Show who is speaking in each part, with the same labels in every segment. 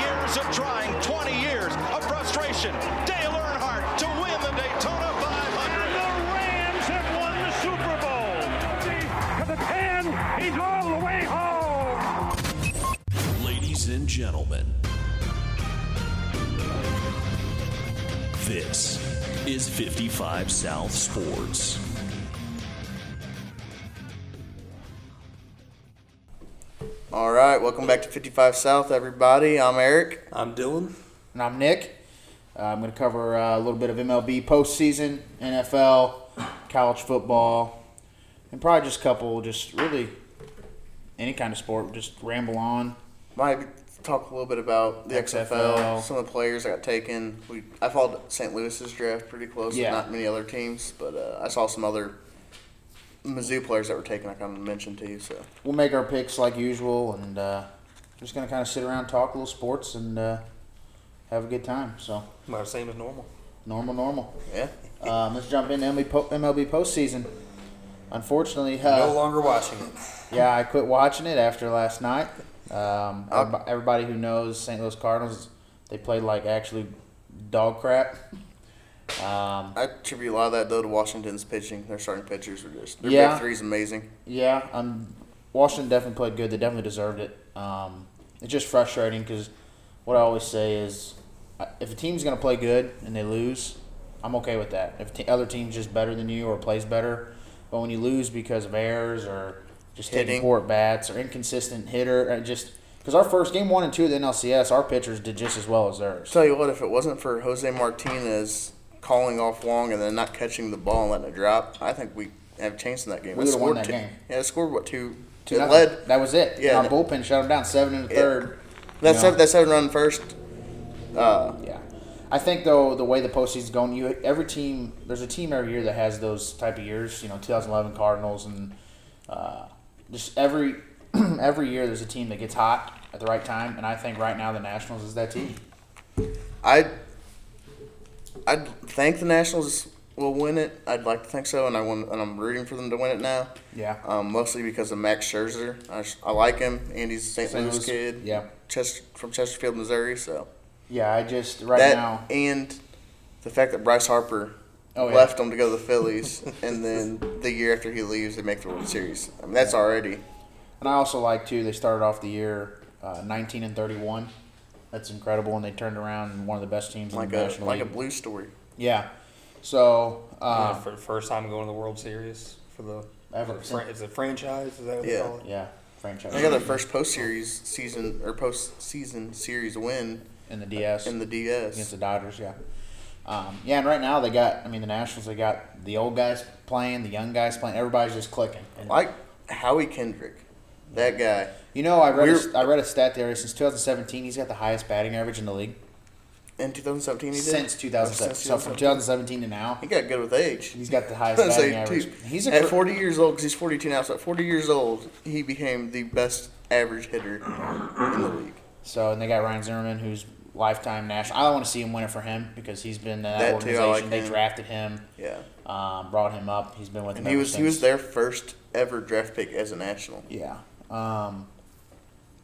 Speaker 1: years of trying, 20 years of frustration. Dale Earnhardt to win the Daytona 500.
Speaker 2: The Rams have won the Super Bowl. To the 10, he's all the way home.
Speaker 3: Ladies and gentlemen, this is 55 South Sports.
Speaker 4: All right, welcome back to 55 South, everybody. I'm Eric.
Speaker 5: I'm Dylan.
Speaker 6: And I'm Nick. Uh, I'm going to cover uh, a little bit of MLB postseason, NFL, college football, and probably just a couple, just really any kind of sport. Just ramble on.
Speaker 4: Might talk a little bit about the XFL,
Speaker 6: XFL.
Speaker 4: some of the players that got taken. We I followed St. Louis's draft pretty close.
Speaker 6: Yeah.
Speaker 4: Not many other teams, but uh, I saw some other Mizzou players that were taken. I kind of mentioned to you. So
Speaker 6: We'll make our picks like usual, and uh, just going to kind of sit around, talk a little sports, and uh, have a good time. So,
Speaker 5: Well, same as normal.
Speaker 6: normal, normal.
Speaker 4: yeah,
Speaker 6: Um, let's jump into MLB, po- MLB postseason. Unfortunately, uh,
Speaker 5: No longer watching it.
Speaker 6: Yeah, I quit watching it after last night. Um, everyb- everybody who knows St. Louis Cardinals, they played like actually dog crap. Um,
Speaker 4: I attribute a lot of that though to Washington's pitching. Their starting pitchers are just their
Speaker 6: Yeah.
Speaker 4: big three's amazing.
Speaker 6: yeah, um, Washington definitely played good. They definitely deserved it. Um, it's just frustrating because what I always say is uh, if a team's going to play good and they lose, I'm okay with that. If the other team's just better than you or plays better, but when you lose because of errors or just
Speaker 4: Hitting.
Speaker 6: taking poor at bats or inconsistent hitter, uh, just because our first game one and two of the NLCS, our pitchers did just as well as theirs.
Speaker 4: Tell you what, if it wasn't for Jose Martinez calling off long and then not catching the ball and letting it drop, I think we have a chance in that game.
Speaker 6: We
Speaker 4: It
Speaker 6: would've won
Speaker 4: scored
Speaker 6: that
Speaker 4: two-
Speaker 6: game.
Speaker 4: Yeah, it scored what two?
Speaker 6: Two
Speaker 4: it
Speaker 6: nothing.
Speaker 4: led
Speaker 6: That was it.
Speaker 4: Yeah,
Speaker 6: our
Speaker 4: that-
Speaker 6: bullpen shut them down seven in the
Speaker 4: Yeah.
Speaker 6: third.
Speaker 4: That
Speaker 6: Yeah.
Speaker 4: seven, that seven run first.
Speaker 6: Yeah, I think though the way the postseason's going, you every team there's a team every year that has those type of years. You know, 2011 Cardinals and uh, just every every year there's a team that gets hot at the right time, and I think right now the Nationals is that team.
Speaker 4: I I think the Nationals will win it. I'd like to think so, and I want and I'm rooting for them to win it now.
Speaker 6: Yeah.
Speaker 4: Um, mostly because of Max Scherzer. I, s- I like him. Andy's a St.
Speaker 6: St.
Speaker 4: Louis,
Speaker 6: Louis,
Speaker 4: kid.
Speaker 6: yeah.
Speaker 4: Chester, from Chesterfield, Missouri. So
Speaker 6: Yeah, I just right
Speaker 4: that
Speaker 6: now.
Speaker 4: and the fact that Bryce Harper
Speaker 6: Oh, yeah.
Speaker 4: left them to go to the Phillies, and then the year after he leaves, they make the World Series. I mean, that's already.
Speaker 6: And I also like too. They started off the year uh, 19 and 31. That's incredible, and they turned around and one of the best teams
Speaker 4: Like
Speaker 6: in the
Speaker 4: a
Speaker 6: National
Speaker 4: like a
Speaker 6: League.
Speaker 4: blue story.
Speaker 6: yeah. So
Speaker 5: Uh,
Speaker 6: uh,
Speaker 5: for the first time going to the World Series for the
Speaker 6: Ever.
Speaker 5: fran- Is it franchise? Is that what they
Speaker 4: Yeah.
Speaker 5: call it?
Speaker 6: yeah, franchise
Speaker 4: They got their first post series season or post season series win
Speaker 6: in the DS
Speaker 4: in the DS.
Speaker 6: against the Dodgers. Yeah, um, yeah, and right now they got. I mean, the Nationals they got the old guys playing, the young guys playing. Everybody's just clicking. And,
Speaker 4: like Howie Kendrick, that guy.
Speaker 6: you know, I read
Speaker 4: We're-
Speaker 6: a, I read a stat there since 2017. He's got the highest batting average in the league
Speaker 4: In 2017, he did
Speaker 6: since 2017.
Speaker 4: Since
Speaker 6: So from 2017 to now,
Speaker 4: he got good with age.
Speaker 6: he's got the highest
Speaker 4: I was
Speaker 6: batting
Speaker 4: gonna say,
Speaker 6: average.
Speaker 4: dude,
Speaker 6: He's a
Speaker 4: at
Speaker 6: cr-
Speaker 4: 40 years old because he's 42 now. So at 40 years old, he became the best average hitter in the league.
Speaker 6: so, and they got Ryan Zimmerman, who's lifetime national. I don't want to see him win it for him because he's been in that,
Speaker 4: That too, I
Speaker 6: organization.
Speaker 4: like
Speaker 6: they
Speaker 4: him.
Speaker 6: drafted him,
Speaker 4: Yeah,
Speaker 6: um, brought him up. He's been with
Speaker 4: and
Speaker 6: them.
Speaker 4: he
Speaker 6: ever
Speaker 4: was he was
Speaker 6: since.
Speaker 4: their first ever draft pick as a national.
Speaker 6: Yeah. Um,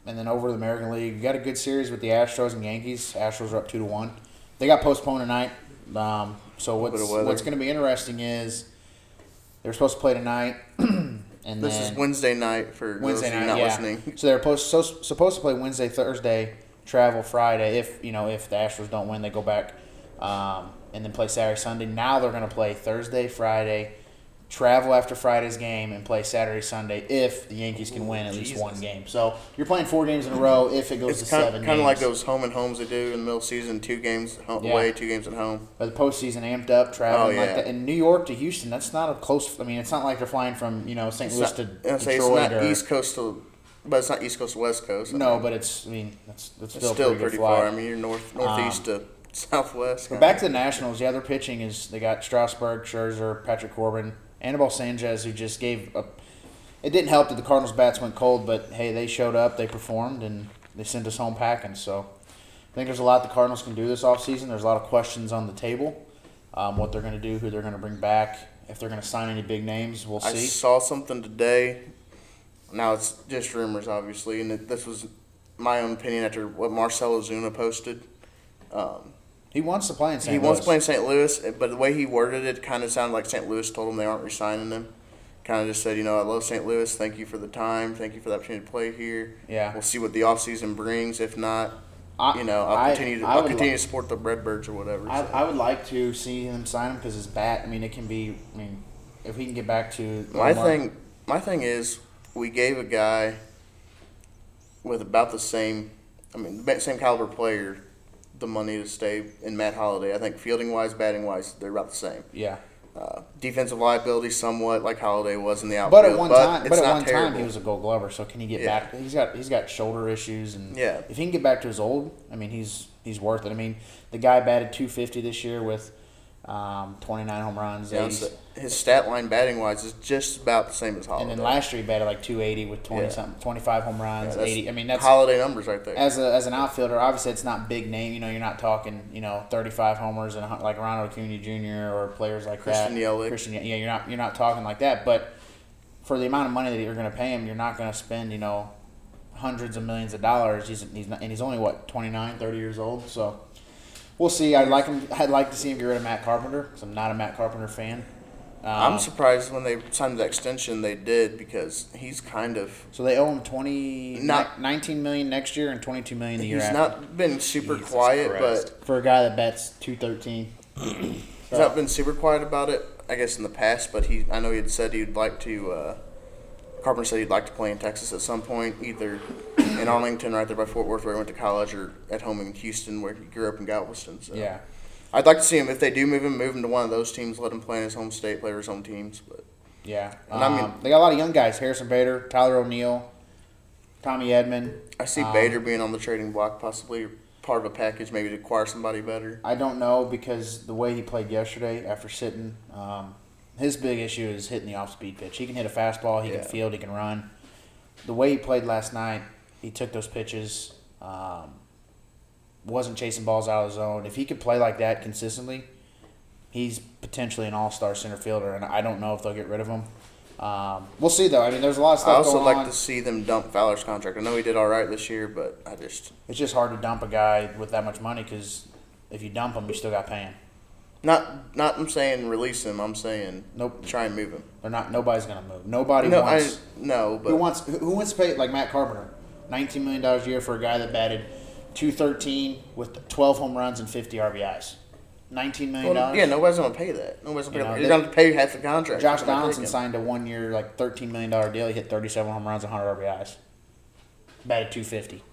Speaker 6: and then over to the American League, we got a good series with the Astros and Yankees. Astros are up two to one. They got postponed tonight. Um, so what's
Speaker 4: Bit of weather.
Speaker 6: what's going to be interesting is they're supposed to play tonight, and
Speaker 4: This
Speaker 6: then
Speaker 4: is Wednesday night for
Speaker 6: Wednesday
Speaker 4: those of you
Speaker 6: night.
Speaker 4: not
Speaker 6: yeah.
Speaker 4: listening.
Speaker 6: So they're post, so, supposed to play Wednesday, Thursday, travel Friday. If you know if the Astros don't win, they go back um, and then play Saturday, Sunday. Now they're going to play Thursday, Friday, travel after Friday's game, and play Saturday, Sunday. If the Yankees can win at least one game, so you're playing four games in a row. If it goes
Speaker 4: It's
Speaker 6: to
Speaker 4: kind
Speaker 6: seven,
Speaker 4: of, kind of like
Speaker 6: games.
Speaker 4: those home and homes they do in the middle of season: two games home,
Speaker 6: Yeah.
Speaker 4: away, two games at home.
Speaker 6: But the postseason amped up, traveling
Speaker 4: Oh, yeah.
Speaker 6: like that. And New York to Houston, that's not a close. I mean, it's not like they're flying from you know St.
Speaker 4: It's
Speaker 6: Louis
Speaker 4: not-
Speaker 6: to
Speaker 4: I was gonna
Speaker 6: Detroit
Speaker 4: say, it's not
Speaker 6: or
Speaker 4: East Coast to, but it's not East Coast to West Coast. I
Speaker 6: no,
Speaker 4: mean,
Speaker 6: but it's. I mean, that's that's
Speaker 4: it's
Speaker 6: still,
Speaker 4: still,
Speaker 6: a pretty,
Speaker 4: pretty
Speaker 6: good flight.
Speaker 4: far. I mean, you're north northeast to southwest.
Speaker 6: But back to the Nationals, yeah, their pitching is they got Strasburg, Scherzer, Patrick Corbin, Anibal Sanchez, who just gave up. It didn't help that the Cardinals' bats went cold, but hey, they showed up, they performed, and they sent us home packing. So I think there's a lot the Cardinals can do this offseason. There's a lot of questions on the table um, what they're going to do, who they're going to bring back, if they're going to sign any big names. We'll
Speaker 4: I
Speaker 6: see.
Speaker 4: saw something today. Now it's just rumors, obviously, and it, this was my own opinion after what Marcelo Zuna posted.
Speaker 6: He wants to play in St.
Speaker 4: he wants to
Speaker 6: Louis.
Speaker 4: play in St. Louis, eh, but the way he worded it kind of sounded like St. Louis told him they aren't resigning him. Kind of just said, you know, I love St. Louis. Thank you for the time. Thank you for the opportunity to play here.
Speaker 6: Yeah.
Speaker 4: We'll see what the offseason brings. If not,
Speaker 6: I-
Speaker 4: you know, I'll
Speaker 6: I-
Speaker 4: continue. To,
Speaker 6: I
Speaker 4: I will
Speaker 6: would
Speaker 4: continue
Speaker 6: like-
Speaker 4: to support the Redbirds or whatever.
Speaker 6: I,
Speaker 4: so.
Speaker 6: I would like to see him sign him because his bat. I mean, it can be. I mean, if he can get back to
Speaker 4: My
Speaker 6: Walmart-
Speaker 4: thing, my thing is, we gave a guy with about the same, I mean, the same caliber player, the money to stay in Matt Holiday. I think fielding wise, batting wise, they're about the same.
Speaker 6: Yeah,
Speaker 4: Uh, defensive liability, somewhat like Holiday was in the outfield,
Speaker 6: but at one time,
Speaker 4: it's
Speaker 6: but at
Speaker 4: not
Speaker 6: one
Speaker 4: terrible.
Speaker 6: time he was a Gold Glover. So can he get
Speaker 4: Yeah.
Speaker 6: back? He's got he's got shoulder issues and
Speaker 4: Yeah.
Speaker 6: If he can get back to his old, I mean, he's he's worth it. I mean, the guy batted two fifty this year with um, twenty nine home runs,
Speaker 4: Yeah,
Speaker 6: 80s.
Speaker 4: so his stat line batting wise is just about the same as
Speaker 6: and
Speaker 4: Holiday.
Speaker 6: then last year he batted like two eighty with twenty
Speaker 4: Oh, Yeah.
Speaker 6: something, twenty five home runs,
Speaker 4: That's
Speaker 6: eighty. I mean, that's
Speaker 4: Holiday numbers right there.
Speaker 6: as a as an outfielder, obviously it's not big name. You know, you're not talking you know 35 homers and a hun- like Ronald Acuna Jr. or players like
Speaker 4: Christian
Speaker 6: that.
Speaker 4: Yelich.
Speaker 6: Christian, yeah, you're not you're not talking like that. But for the amount of money that you're going to pay him, you're not going to spend you know hundreds of millions of dollars. He's he's not, and he's only what 29, 30 years old. So we'll see. I'd like him. I'd like to see him get rid of Matt Carpenter because I'm not a Matt Carpenter fan. Um,
Speaker 4: I'm surprised when they signed the extension they did because he's kind of
Speaker 6: so they owe him 20,
Speaker 4: Not-
Speaker 6: 19 million next year and 22 million the year
Speaker 4: he's
Speaker 6: after.
Speaker 4: not been super
Speaker 5: Jesus
Speaker 4: quiet,
Speaker 5: Christ.
Speaker 4: but
Speaker 6: for a guy that bets 213.
Speaker 4: He's not been super quiet about it, I guess, in the past, but he I know he had said he'd like to. Uh, Carpenter said he'd like to play in Texas at some point, either in Arlington, right there by Fort Worth, where he went to college, or at home in Houston, where he grew up in Galveston. So.
Speaker 6: Yeah.
Speaker 4: I'd like to see him if they do move him, move him to one of those teams, let him play in his home state, play for his home teams. But
Speaker 6: Yeah.
Speaker 4: And I mean-
Speaker 6: Um, they got a lot of young guys Harrison Bader, Tyler O'Neill, Tommy Edmond.
Speaker 4: I see
Speaker 6: Um,
Speaker 4: Bader being on the trading block, possibly part of a package, maybe to acquire somebody better.
Speaker 6: I don't know because the way he played yesterday after sitting, um, his big issue is hitting the off speed pitch. He can hit a fastball, he
Speaker 4: Yeah.
Speaker 6: can field, he can run. The way he played last night, he took those pitches, um, wasn't chasing balls out of the zone. If he could play like that consistently, he's potentially an all star center fielder, and I don't know if they'll get rid of him. Um, we'll see though. I mean, there's a lot of
Speaker 4: I
Speaker 6: stuff.
Speaker 4: also
Speaker 6: going
Speaker 4: like
Speaker 6: on.
Speaker 4: to see them dump Fowler's contract. I know he did all right this year, but I just
Speaker 6: It's just hard to dump a guy with that much money because if you dump him, you still got to pay him.
Speaker 4: Not, not. I'm saying release him. I'm saying
Speaker 6: Nope.
Speaker 4: Try and move him.
Speaker 6: They're not. Nobody's gonna move. Nobody
Speaker 4: No, I
Speaker 6: wants.
Speaker 4: no, but
Speaker 6: who wants? Who who wants to pay like Matt Carpenter, nineteen million dollars a year for a guy that batted two thirteen with twelve home runs and fifty RBIs, nineteen million
Speaker 4: well,
Speaker 6: dollars.
Speaker 4: yeah, nobody's gonna pay that. Nobody's gonna pay.
Speaker 6: You know,
Speaker 4: that.
Speaker 6: they-
Speaker 4: You're gonna have to pay half the contract.
Speaker 6: Josh
Speaker 4: It's gonna
Speaker 6: Donaldson
Speaker 4: take him.
Speaker 6: signed a one year like thirteen million dollar deal. He hit thirty seven home runs, hundred RBIs, batted two fifty.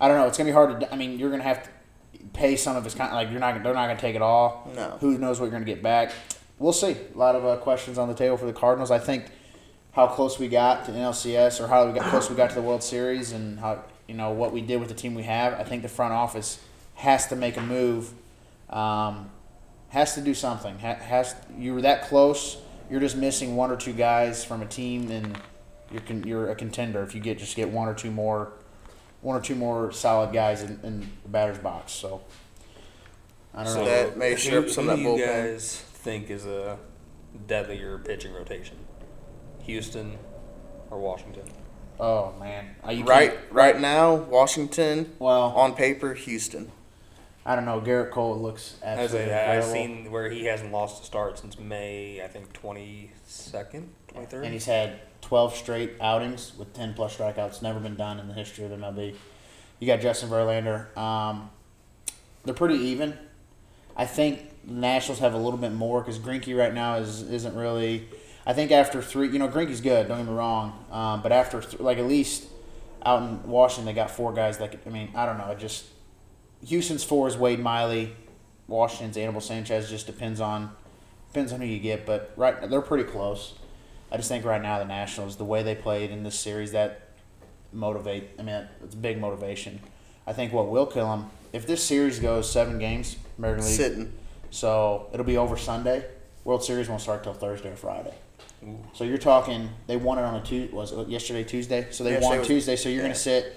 Speaker 6: I don't know. It's gonna be hard to. I mean, you're gonna have to pay some of his con- like you're not. They're not gonna take it all.
Speaker 4: No.
Speaker 6: Who knows what you're gonna get back? We'll see. A lot of uh, questions on the table for the Cardinals. I think how close we got to NLCS or how we got close we got to the World Series and how you know what we did with the team we have. I think the front office has to make a move. Um, has to do something. Ha- Has you were that close? You're just missing one or two guys from a team, and you're con- you're a contender if you get just get one or two more, one or two more solid guys in, in the batter's box. So I don't
Speaker 4: So
Speaker 6: know.
Speaker 4: that may shore up some
Speaker 5: who
Speaker 4: of that
Speaker 5: do you
Speaker 4: bullpen.
Speaker 5: guys think is a deadlier pitching rotation? Houston or Washington?
Speaker 6: oh man, Uh, you
Speaker 4: Right,
Speaker 6: can't-
Speaker 4: right now, Washington.
Speaker 6: Well-
Speaker 4: on paper, Houston.
Speaker 6: I don't know. Garrett Cole looks
Speaker 5: I was like,
Speaker 6: absolutely.
Speaker 5: I've
Speaker 6: incredible.
Speaker 5: seen where he hasn't lost a start since May, I think twenty second, twenty third.
Speaker 6: And he's had 12 straight outings with 10 plus strikeouts. Never been done in the history of MLB. You got Justin Verlander. Um, they're pretty even. I think the Nationals have a little bit more because Grinky right now is isn't really. I think after three, you know, Grinky's good. Don't get me wrong, um, but after th- like at least out in Washington, they got four guys that could. I mean, I don't know. It just Houston's four is Wade Miley. Washington's Animal Sanchez just depends on depends on who you get, but right they're pretty close. I just think right now the Nationals, the way they played in this series, that motivate. I mean, it's a big motivation. I think what will kill them if this series goes seven games, American League.
Speaker 4: Sitting.
Speaker 6: So it'll be over Sunday. World Series won't start till Thursday or Friday. So you're talking they won it on a Tuesday. Was it yesterday Tuesday? So they
Speaker 4: Yesterday
Speaker 6: won
Speaker 4: was-
Speaker 6: Tuesday. So you're
Speaker 4: yeah.
Speaker 6: gonna sit.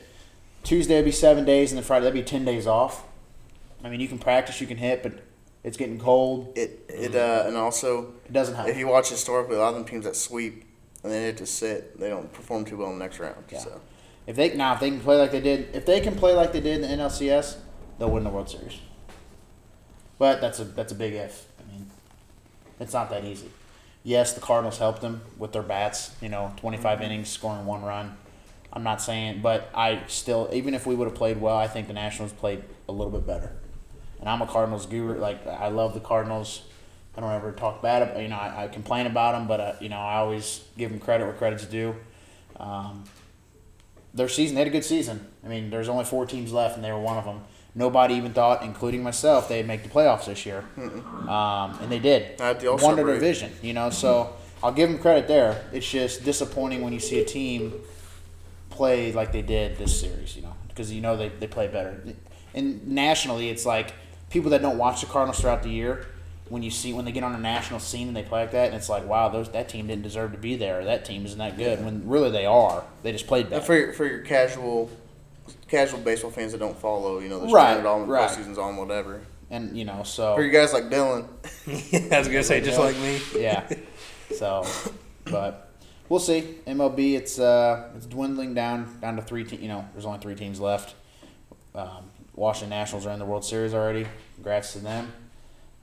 Speaker 6: Tuesday would be seven days, and then Friday that'd be ten days off. I mean, you can practice, you can hit, but it's getting cold.
Speaker 4: It
Speaker 6: Mm-hmm.
Speaker 4: it uh, and also
Speaker 6: It doesn't help.
Speaker 4: if you watch historically, a lot of them teams that sweep and then they have to sit, they don't perform too well in the next round.
Speaker 6: Yeah.
Speaker 4: So
Speaker 6: If they now if they can play like they did, if they can play like they did in the NLCS, they'll win the World Series. But that's a that's a big if. I mean, it's not that easy. Yes, the Cardinals helped them with their bats. You know, twenty innings, scoring one run. I'm not saying, but I still, even if we would have played well, I think the Nationals played a little bit better. And I'm a Cardinals guru. Like I love the Cardinals. I don't ever talk bad about. You know, I, I complain about them, but uh, you know, I always give them credit where credit's due. Um, their season, they had a good season. I mean, there's only four teams left, and they were one of them. Nobody even thought, including myself, they'd make the playoffs this year, um, and they did.
Speaker 4: Not the All-Star
Speaker 6: Won their
Speaker 4: break.
Speaker 6: division, you know. So I'll give them credit there. It's just disappointing when you see a team play like they did this series, you know, because you know they, they play better. And nationally, it's like people that don't watch the Cardinals throughout the year, when you see when they get on a national scene and they play like that, and it's like, wow, those that team didn't deserve to be there. Or that team isn't that good. When really they are. They just played
Speaker 4: And
Speaker 6: better.
Speaker 4: for your, for your casual casual baseball fans that don't follow, you know, the
Speaker 6: Right,
Speaker 4: standard on
Speaker 6: right.
Speaker 4: postseason's on whatever.
Speaker 6: and you know,
Speaker 4: For
Speaker 6: so
Speaker 4: you guys like Dylan,
Speaker 5: I was gonna say just like me.
Speaker 6: yeah, so but we'll see. MLB, it's uh, it's dwindling down down to three. Te- you know, there's only three teams left. Um, Washington Nationals are in the World Series already. Congrats to them.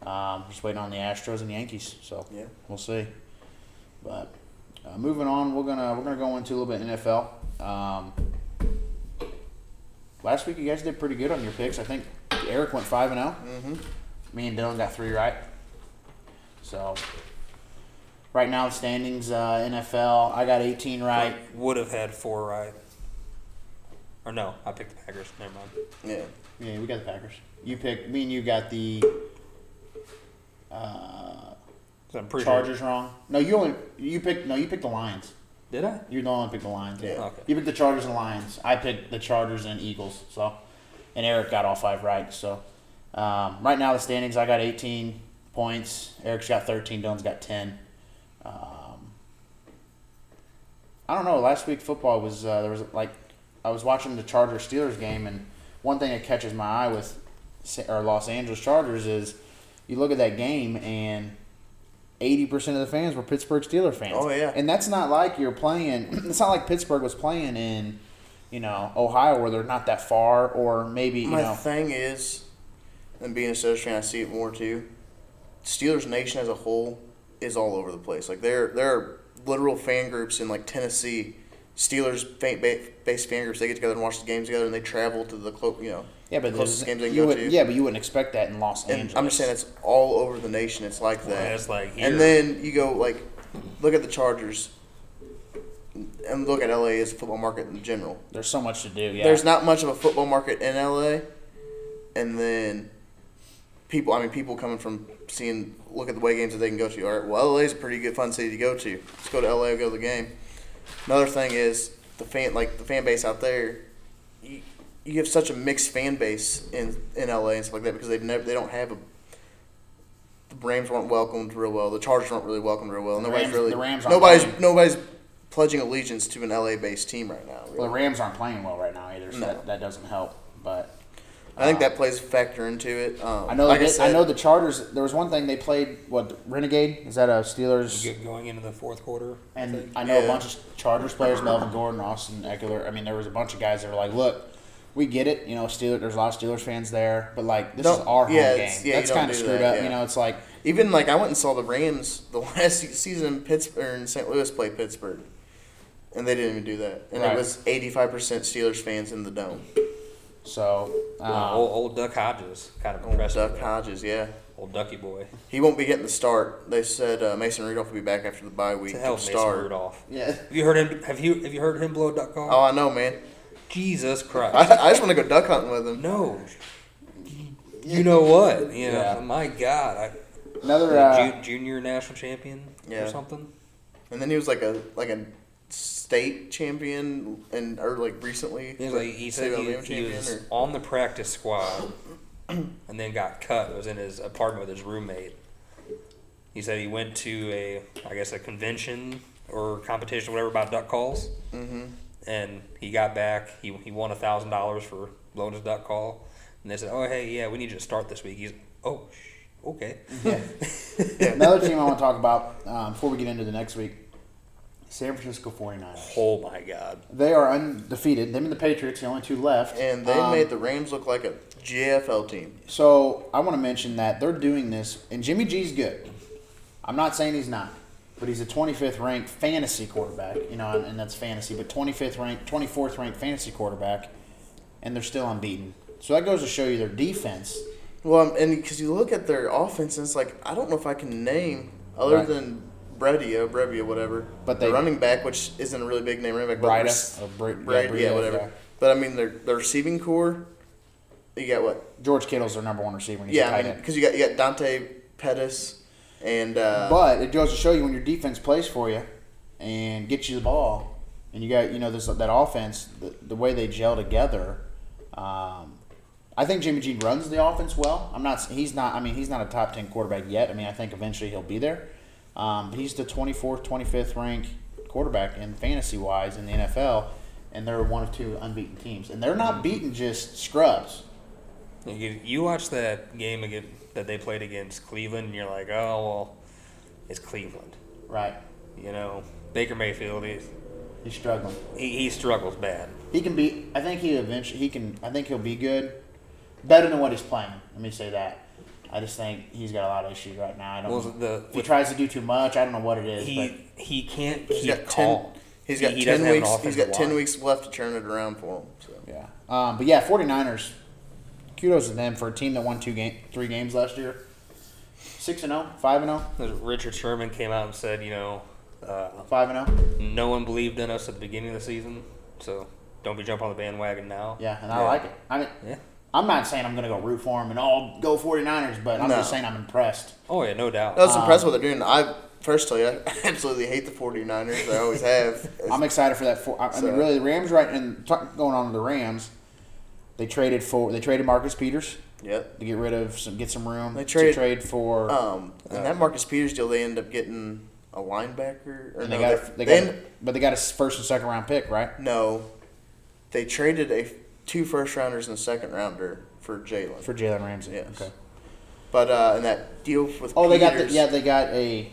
Speaker 6: Um, just waiting on the Astros and Yankees. So
Speaker 4: Yeah.
Speaker 6: we'll see. But uh, moving on, we're gonna we're gonna go into a little bit NFL. Um, last week you guys did pretty good on your picks. I think Eric went five and zero. Me and Dylan got three right. So right now the standings uh, NFL. I got eighteen right.
Speaker 5: Would have had four right. Or no, I picked the Packers. Never mind.
Speaker 4: yeah,
Speaker 6: Yeah, we got the Packers. You picked me and you got the uh,
Speaker 5: 'Cause I'm pretty sure-
Speaker 6: Chargers wrong. No, you only you picked no you picked the Lions.
Speaker 5: Did I?
Speaker 6: You're the only one who picked the Lions. Yeah.
Speaker 5: Okay.
Speaker 6: You picked the Chargers and Lions. I picked the Chargers and Eagles. So, and Eric got all five right. So, um, right now the standings, I got 18 points. Eric's got 13. Dylan's got 10. Um, I don't know. Last week football was uh, there was like I was watching the Chargers Steelers game, and one thing that catches my eye with Sa- or Los Angeles Chargers is you look at that game and. 80% of the fans were Pittsburgh Steelers fans.
Speaker 4: Oh, yeah.
Speaker 6: And and that's not like you're playing. It's not like Pittsburgh was playing in, you know, Ohio where they're not that far, or maybe you
Speaker 4: My
Speaker 6: know.
Speaker 4: thing is, and being a Steelers fan, I see it more too. Steelers Nation as a whole is all over the place. Like there, there are literal fan groups in like Tennessee, Steelers fan, ba- based fan groups. They get together and watch the games together, and they travel to the clo- you know
Speaker 6: yeah, but
Speaker 4: closest
Speaker 6: there's,
Speaker 4: games they can
Speaker 6: you
Speaker 4: go
Speaker 6: would,
Speaker 4: to.
Speaker 6: yeah, but you wouldn't expect that in Los
Speaker 4: And
Speaker 6: Angeles.
Speaker 4: I'm just saying it's all over the nation. It's like that.
Speaker 5: it's like here.
Speaker 4: and then you go like, look at the Chargers, and look at LA as a football market in general.
Speaker 6: there's so much to do. Yeah,
Speaker 4: There's not much of a football market in LA, and then people. I mean, people coming from seeing look at the way games that they can go to. All right, well, LA's a pretty good fun city to go to. Let's go to LA and go to the game. Another thing is the fan like the fan base out there. You, you have such a mixed fan base in in LA and stuff like that because they never they don't have a. The Rams weren't welcomed real well. The Chargers weren't really welcomed real well. Nobody's
Speaker 6: Rams-
Speaker 4: really
Speaker 6: the Rams aren't
Speaker 4: nobody's
Speaker 6: playing.
Speaker 4: nobody's pledging allegiance to an LA based team right now. really.
Speaker 6: well, the Rams aren't playing well right now either, so
Speaker 4: No.
Speaker 6: that, that doesn't help. But
Speaker 4: I think that plays a factor into it. Um,
Speaker 6: I know
Speaker 4: like
Speaker 6: they,
Speaker 4: I,
Speaker 6: I,
Speaker 4: said,
Speaker 6: know the Chargers. There was one thing they played. What Renegade is that a Steelers?
Speaker 5: Get- going into the fourth quarter.
Speaker 6: And I know
Speaker 4: Yeah.
Speaker 6: a bunch of Chargers players, Melvin Gordon, Austin Eckler. I mean, there was a bunch of guys that were like, "Look, we get it. You know, Steelers. There's a lot of Steelers fans there, but like, this
Speaker 4: Don't-
Speaker 6: is our home
Speaker 4: yeah,
Speaker 6: game.
Speaker 4: it's- yeah, you
Speaker 6: That's
Speaker 4: don't
Speaker 6: kind of
Speaker 4: do
Speaker 6: screwed
Speaker 4: that,
Speaker 6: up.
Speaker 4: yeah.
Speaker 6: You know, it's like,
Speaker 4: even like I went and saw the Rams the last se- season in Pittsburgh or in St. Louis play Pittsburgh, and they didn't even do that. And
Speaker 6: Right.
Speaker 4: it was eighty five percent Steelers fans in the dome.
Speaker 6: so
Speaker 5: Well,
Speaker 6: um,
Speaker 5: old, old Duck Hodges, kind of
Speaker 4: Old
Speaker 5: impressive.
Speaker 4: Duck Hodges, yeah,
Speaker 5: Old Ducky boy.
Speaker 4: he won't be getting the start. They said uh, Mason Rudolph will be back after the bye week
Speaker 5: To
Speaker 4: to,
Speaker 5: hell, Mason
Speaker 4: start.
Speaker 5: Rudolph.
Speaker 6: yeah,
Speaker 5: Have you heard him? Have you have you heard him blow a duck call?
Speaker 4: Oh, I know, man.
Speaker 5: Jesus
Speaker 4: I,
Speaker 5: Christ!
Speaker 4: I just want to go duck hunting with him.
Speaker 5: no. You know what? You know,
Speaker 6: Yeah.
Speaker 5: my God, I,
Speaker 6: another uh,
Speaker 5: ju- junior national champion
Speaker 4: Yeah.
Speaker 5: or something.
Speaker 4: And then he was like a like a state champion and or like recently.
Speaker 5: He, was like, he said he,
Speaker 4: Alabama
Speaker 5: he
Speaker 4: champion
Speaker 5: was
Speaker 4: or-
Speaker 5: on the practice squad and then got cut. It was in his apartment with his roommate. He said he went to a, I guess, a convention or competition, whatever, about duck calls. Mm-hmm. And he got back. He, he won $1,000 for blowing his duck call. And they said, oh, hey, yeah, we need you to start this week. He's, oh, sh- okay.
Speaker 6: another team I want to talk about um, before we get into the next week.
Speaker 7: San Francisco 49ers.
Speaker 5: Oh my God!
Speaker 6: They are undefeated. Them and the Patriots, the only two left.
Speaker 4: And they
Speaker 6: Um,
Speaker 4: made the Rams look like a JFL team.
Speaker 6: So I want to mention that they're doing this, and Jimmy G's good. I'm not saying he's not, but he's a 25th ranked fantasy quarterback. You know, and, and that's fantasy, but 25th ranked, 24th ranked fantasy quarterback, and they're still unbeaten. So that goes to show you their defense.
Speaker 4: Well, um, and because you look at their offense, and it's like I don't know if I can name other
Speaker 6: Right.
Speaker 4: than Bredia, Brevia, whatever.
Speaker 6: But
Speaker 4: the
Speaker 6: they-
Speaker 4: running back, which isn't a really big name running back, but
Speaker 6: Breida,
Speaker 4: rec-
Speaker 6: or Bre- yeah,
Speaker 4: Breida, yeah,
Speaker 6: Breida,
Speaker 4: whatever.
Speaker 6: yeah.
Speaker 4: But I mean, their their receiving core. You got what?
Speaker 6: George Kittle's their number one receiver. And he's a
Speaker 4: yeah, I
Speaker 6: tight
Speaker 4: mean,
Speaker 6: end.
Speaker 4: because you got you got Dante Pettis, and uh,
Speaker 6: But it goes to show you when your defense plays for you and gets you the ball, and you got you know this that offense the, the way they gel together. Um, I think Jimmy G runs the offense well. I'm not he's not I mean he's not a top ten quarterback yet. I mean I think eventually he'll be there. Um, but he's the 24th, 25th ranked quarterback in fantasy wise in the NFL, and they're one of two unbeaten teams, and they're not beating just scrubs.
Speaker 5: You, you watch that game again that they played against Cleveland, and you're like, oh well, it's Cleveland.
Speaker 6: Right?
Speaker 5: You know, Baker Mayfield, he's,
Speaker 6: He's struggling.
Speaker 5: he he struggles bad.
Speaker 6: He can be. I think he eventually. He can. I think he'll be good. Better than what he's playing. Let me say that. I just think he's got a lot of issues right now. I don't.
Speaker 5: Well, the-
Speaker 6: if he tries to do too much. I don't know what it is. but
Speaker 5: He he can't
Speaker 4: he's
Speaker 5: keep
Speaker 4: got ten.
Speaker 5: calm.
Speaker 4: He's
Speaker 5: He-
Speaker 4: got
Speaker 5: he doesn't
Speaker 4: ten
Speaker 5: have an
Speaker 4: weeks. He's
Speaker 5: offensive
Speaker 4: got ten
Speaker 5: line.
Speaker 4: weeks left to turn it around for him. So.
Speaker 6: Yeah. Um, but yeah, 49ers, kudos to them for a team that won two game, three games last year. 6 and 0, 5 and oh, 0,
Speaker 5: Richard Sherman came out and said, you know, uh,
Speaker 6: 5 and oh. 0.
Speaker 5: no one believed in us at the beginning of the season, so don't be jumping on the bandwagon now.
Speaker 6: Yeah, and I like it. I mean,
Speaker 5: Yeah.
Speaker 6: I'm not saying I'm going to go root for him and all go 49ers, but I'm
Speaker 4: No.
Speaker 6: just saying I'm impressed.
Speaker 5: Oh yeah, no doubt.
Speaker 4: I was impressed
Speaker 6: Um,
Speaker 4: with what they're doing. I first tell you, I absolutely hate the 49ers. I always have.
Speaker 6: I'm excited for that. Four, I, I
Speaker 4: So-
Speaker 6: mean, really, the Rams right and talk, going on to the Rams, they traded for they traded Marcus Peters
Speaker 4: yep.
Speaker 6: to get rid of some get some room.
Speaker 4: They
Speaker 6: to
Speaker 4: traded-
Speaker 6: trade for
Speaker 4: Um, and
Speaker 6: Uh,
Speaker 4: that Marcus Peters deal, they end up getting a linebacker. Or
Speaker 6: and
Speaker 4: no,
Speaker 6: they got they,
Speaker 4: they
Speaker 6: got
Speaker 4: end-
Speaker 6: but they got a s- first and second round pick right.
Speaker 4: no, they traded a two first rounders and a second rounder for Jalen.
Speaker 6: For Jalen Ramsey,
Speaker 4: Yes.
Speaker 6: okay.
Speaker 4: But uh, and that deal with
Speaker 6: Oh, they got the,
Speaker 4: Peters-
Speaker 6: yeah, they got a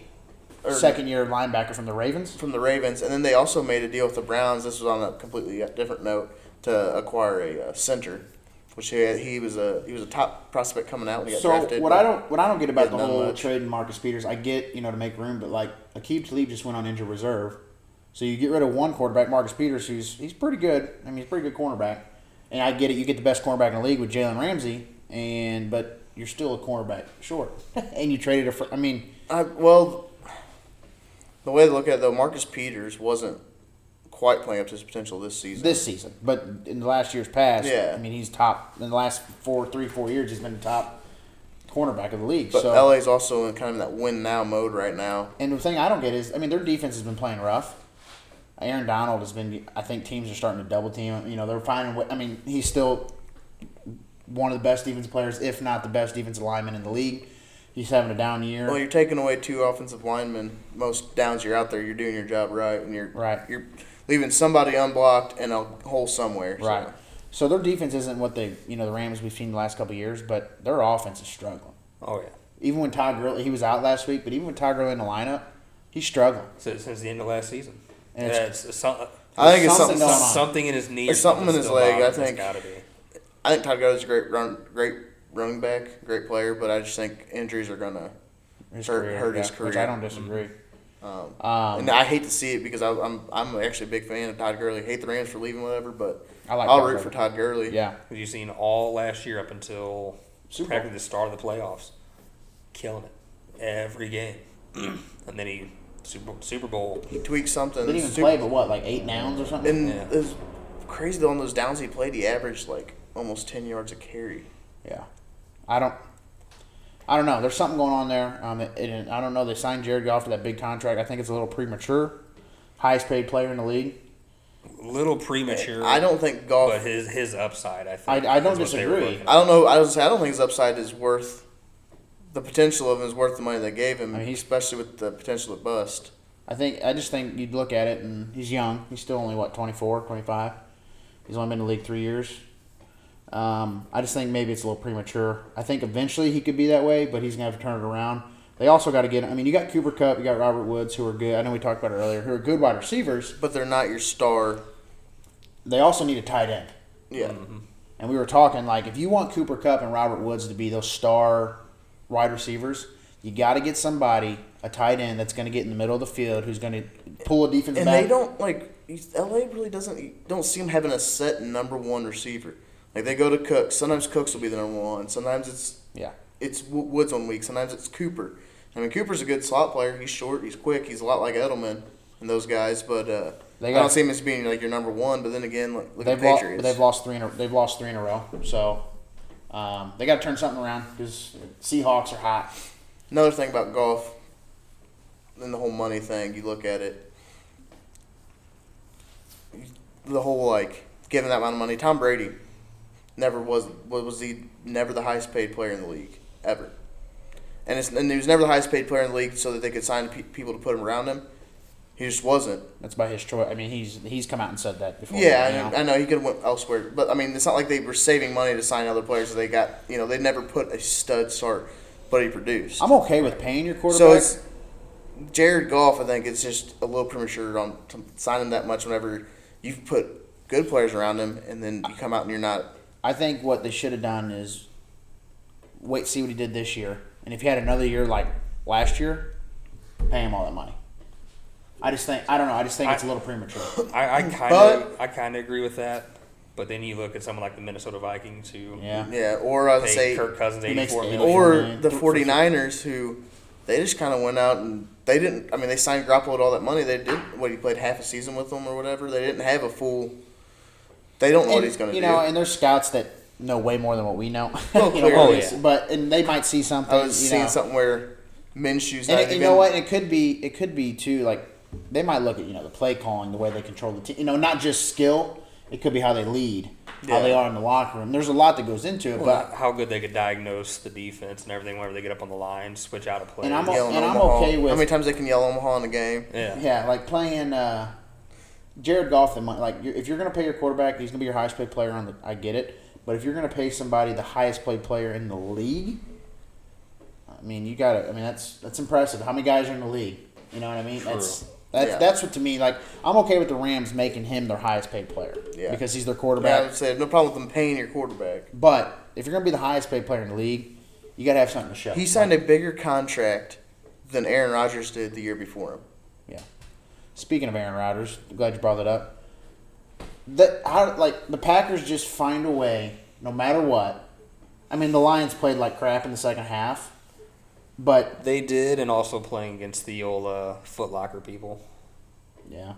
Speaker 4: or-
Speaker 6: second year linebacker from the Ravens.
Speaker 4: from the Ravens, and then they also made a deal with the Browns. This was on a completely uh, different note to acquire a uh, center, which he, had, he was a he was a top prospect coming out when he got
Speaker 6: So
Speaker 4: drafted.
Speaker 6: what I don't what I don't get about
Speaker 4: Yeah,
Speaker 6: the
Speaker 4: not
Speaker 6: whole
Speaker 4: much.
Speaker 6: trading Marcus Peters, I get you know to make room, but like Akib Talib just went on injured reserve, so you get rid of one quarterback, Marcus Peters, who's he's pretty good. I mean, he's a pretty good cornerback, and I get it. You get the best cornerback in the league with Jalen Ramsey, and but you're still a cornerback short, and you traded a. Fr- I mean,
Speaker 4: I, uh, well, the way to look at it though, Marcus Peters wasn't quite playing up to his potential this season.
Speaker 6: this season, but in the last year's past,
Speaker 4: Yeah.
Speaker 6: I mean, he's top in the last four, three, four years. He's been top cornerback of the league.
Speaker 4: but
Speaker 6: so
Speaker 4: LA's also in kind of that win now mode right now.
Speaker 6: And the thing I don't get is, I mean, their defense has been playing rough. Aaron Donald has been. I think teams are starting to double team. him. You know, they're finding. wa- I mean, he's still one of the best defensive players, if not the best defensive lineman in the league. He's having a down year.
Speaker 4: Well, you're taking away two offensive linemen. Most downs you're out there, you're doing your job right, and you're
Speaker 6: Right.
Speaker 4: You're leaving somebody unblocked and a hole somewhere. so.
Speaker 6: Right. So their defense isn't what they, you know, the Rams we've seen the last couple of years, but their offense is struggling.
Speaker 5: oh yeah.
Speaker 6: Even when Todd Gurley, he was out last week, but even with Todd Gurley in the lineup, he's struggling.
Speaker 5: So, since the end of last season,
Speaker 6: And
Speaker 5: yeah,
Speaker 6: it's-
Speaker 5: it's, some-
Speaker 4: I think it's
Speaker 6: Something
Speaker 4: something.
Speaker 6: going on.
Speaker 5: something in his knee.
Speaker 4: There's something in his
Speaker 5: still
Speaker 4: leg,
Speaker 5: bothering
Speaker 4: I
Speaker 5: him.
Speaker 4: think.
Speaker 5: It's gotta be.
Speaker 4: I think Todd Gurley's a great run, great running back, great player, but I just think injuries are gonna hurt, hurt his career.
Speaker 6: yeah,
Speaker 4: Mm-hmm. Um,
Speaker 6: Which I don't disagree. Um,
Speaker 4: and I hate to see it because I, I'm I'm actually a big fan of Todd Gurley. Hate the Rams for leaving, whatever, but
Speaker 6: I like
Speaker 4: I'll
Speaker 6: Todd
Speaker 4: root
Speaker 6: Gurley.
Speaker 4: for Todd Gurley.
Speaker 6: Yeah.
Speaker 5: Have you seen all last year up until
Speaker 6: Super
Speaker 5: practically the start of the playoffs, killing it every game, and then he Super, Super Bowl.
Speaker 4: he tweaked something.
Speaker 6: Didn't even
Speaker 4: super-
Speaker 6: play, but what, like eight downs or something?
Speaker 4: And
Speaker 5: Yeah.
Speaker 4: it was crazy though. On those downs he played, he averaged like almost ten yards a carry.
Speaker 6: Yeah, I don't. I don't know. There's something going on there. Um, it, it- I don't know. They signed Jared Goff to that big contract. I think it's a little premature. Highest paid player in the league.
Speaker 5: Little premature.
Speaker 4: I don't think golf.
Speaker 5: But his his upside, I think.
Speaker 6: I- I don't
Speaker 5: is what they were
Speaker 6: disagree.
Speaker 5: looking at.
Speaker 4: I don't know. I was. I don't think his upside is worth the potential of him is worth the money they gave him,
Speaker 6: I mean, he's-
Speaker 4: especially with the potential to bust.
Speaker 6: I think. I just think you'd look at it, and he's young. He's still only what 24, 25. He's only been in the league three years. Um, I just think maybe it's a little premature. I think eventually he could be that way, but he's gonna have to turn it around. They also got to get. I mean, you got Cooper Cup, you got Robert Woods, who are good. I know we talked about it earlier, who are good wide receivers.
Speaker 4: But they're not your star.
Speaker 6: They also need a tight end.
Speaker 4: Yeah.
Speaker 6: And we were talking like if you want Cooper Cup and Robert Woods to be those star wide receivers, you got to get somebody a tight end that's going to get in the middle of the field, who's going to pull a defense
Speaker 4: And
Speaker 6: back.
Speaker 4: they don't like he's- LA really doesn't you don't seem having a set number one receiver. Like they go to Cooks. Sometimes Cooks will be the number one. Sometimes it's
Speaker 6: Yeah.
Speaker 4: it's W- Woods one week. Sometimes it's Cooper. I mean, Cooper's a good slot player. He's short. He's quick. He's a lot like Edelman and those guys. But uh,
Speaker 6: They
Speaker 4: I
Speaker 6: got-
Speaker 4: don't see him as being like your number one. But then again, like, look at
Speaker 6: They've
Speaker 4: the
Speaker 6: lost.
Speaker 4: Patriots.
Speaker 6: They've lost three. In a, they've lost three in a row. So um, they got to turn something around because Seahawks are hot.
Speaker 4: Another thing about golf and the whole money thing, you look at it, the whole like giving that amount of money. Tom Brady never was was the never the highest paid player in the league ever, and it's, and he was never the highest paid player in the league so that they could sign pe- people to put him around him. He just wasn't.
Speaker 6: That's by his choice. I mean, he's he's come out and said that before. you
Speaker 4: Yeah,
Speaker 6: know.
Speaker 4: I, know. I know he could have went elsewhere, but I mean, it's not like they were saving money to sign other players. They got you know they never put a stud start, but he produced.
Speaker 6: I'm okay with paying your
Speaker 4: So
Speaker 6: quarterback.
Speaker 4: it's Jared Goff. I think it's just a little premature on to sign him that much. Whenever you've put good players around him, and then you come out and you're not.
Speaker 6: I think what they should have done is wait, see what he did this year, and if he had another year like last year, pay him all that money. I just think I don't know. I just think it's a little premature.
Speaker 5: I, I kind
Speaker 4: But-
Speaker 5: of I kind of agree with that. But then you look at someone like the Minnesota Vikings who
Speaker 6: Yeah.
Speaker 4: Yeah, or I'd
Speaker 5: pay
Speaker 4: say,
Speaker 5: Kirk Cousins
Speaker 6: Who
Speaker 5: eighty
Speaker 6: makes
Speaker 5: four
Speaker 6: eight.
Speaker 5: million.
Speaker 4: or the
Speaker 6: For- for-
Speaker 4: 49ers who they just kind of went out and they didn't. I mean, they signed Garoppolo with all that money. They did what he played half a season with them or whatever. They didn't have a full. They don't know what
Speaker 6: And,
Speaker 4: he's going to
Speaker 6: you
Speaker 4: do.
Speaker 6: know, and there's scouts that know way more than what we know.
Speaker 4: Well,
Speaker 6: you know,
Speaker 4: clearly.
Speaker 6: it's- But and they might see something.
Speaker 4: I was
Speaker 6: you
Speaker 4: seeing
Speaker 6: know.
Speaker 4: something where Minshew's
Speaker 6: And
Speaker 4: not
Speaker 6: it, you
Speaker 4: even.
Speaker 6: know what? It could be. It could be too. Like they might look at you know the play calling, the way they control the team. You know, not just skill. It could be how they lead, how
Speaker 4: Yeah.
Speaker 6: they are in the locker room. There's a lot that goes into it.
Speaker 5: But
Speaker 6: but
Speaker 5: how good they could diagnose the defense and everything whenever they get up on the line, switch out a play.
Speaker 6: And I'm
Speaker 4: yell
Speaker 6: and I'm
Speaker 4: Omaha.
Speaker 6: okay with-
Speaker 4: how many times they can yell Omaha in a game.
Speaker 5: yeah.
Speaker 6: yeah, like playing uh, Jared Goff. The money, like you're, if you're going to pay your quarterback, he's going to be your highest paid player on the. I get it. But if you're going to pay somebody the highest paid player in the league, I mean, you got to. I mean, that's that's impressive. How many guys are in the league? You know what I mean? That's that's
Speaker 4: Yeah.
Speaker 6: that's what to me. Like I'm okay with the Rams making him their highest paid player
Speaker 4: Yeah.
Speaker 6: because he's their
Speaker 4: Yeah, I
Speaker 6: quarterback.
Speaker 4: would say no problem with them paying your quarterback.
Speaker 6: But if you're going to be the highest paid player in the league, you got to have something to show.
Speaker 4: He signed a bigger contract than Aaron Rodgers did the year before him.
Speaker 6: Yeah. Speaking of Aaron Rodgers, I'm glad you brought that up. That how like the Packers just find a way, no matter what. I mean, the Lions played like crap in the second half, but
Speaker 5: They did, and also playing against the old uh, Foot Locker people.
Speaker 6: yeah.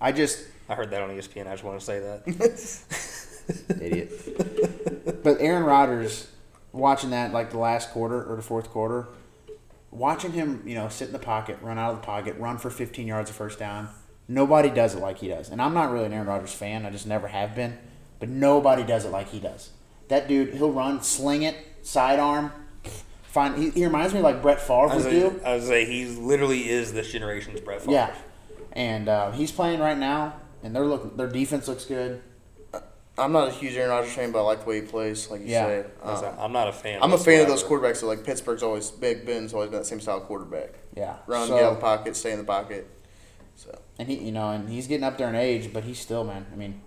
Speaker 6: I just
Speaker 5: I heard that on E ESPN. I just want to say that.
Speaker 6: idiot. but Aaron Rodgers, watching that like the last quarter or the fourth quarter, watching him, you know, sit in the pocket, run out of the pocket, run for 15 yards of first down. Nobody does it like he does. And I'm not really an Aaron Rodgers fan. I just never have been. But nobody does it like he does. That dude, he'll run, sling it, sidearm. Find he, he reminds me like Brett Favre
Speaker 5: I was
Speaker 6: would
Speaker 5: gonna-
Speaker 6: do.
Speaker 5: I was gonna say he literally is this generation's Brett Favre.
Speaker 6: Yeah, and uh, he's playing right now, and they're looking. Their defense looks good.
Speaker 4: I'm not a huge Aaron Rodgers fan, but I like the way he plays, like you
Speaker 6: Yeah.
Speaker 4: said.
Speaker 5: I was
Speaker 4: Um,
Speaker 5: like, I'm not a fan.
Speaker 4: I'm a fan of those
Speaker 5: whatsoever.
Speaker 4: quarterbacks. That, like Pittsburgh's always Big Ben's always been that same style quarterback.
Speaker 6: Yeah,
Speaker 4: Run,
Speaker 6: So-
Speaker 4: get out of the pocket, stay in the pocket. So
Speaker 6: and he you know and he's getting up there in age but he's still man i mean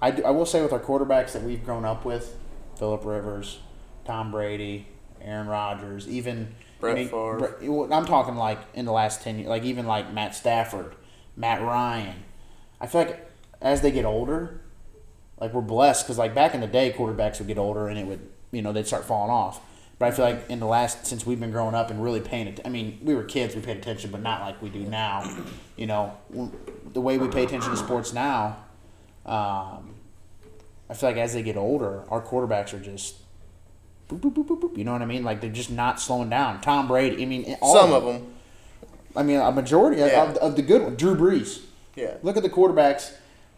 Speaker 6: i, do- I will say with our quarterbacks that we've grown up with philip rivers tom brady aaron rodgers even
Speaker 4: Brett
Speaker 6: I mean,
Speaker 4: Favre.
Speaker 6: Bre- well, i'm talking like in the last 10 years like even like matt stafford matt ryan i feel like as they get older like we're blessed because like back in the day quarterbacks would get older and it would you know they'd start falling off but i feel like in the last since we've been growing up and really paying attention i mean we were kids we paid attention but not like we do now you know w- the way we pay attention to sports now um, i feel like as they get older our quarterbacks are just boop, boop, boop, boop, boop, you know what i mean like they're just not slowing down tom brady i mean all
Speaker 4: some of them,
Speaker 6: i mean a majority of-
Speaker 4: Yeah.
Speaker 6: of, of the good one drew brees
Speaker 4: yeah.
Speaker 6: Look at the quarterbacks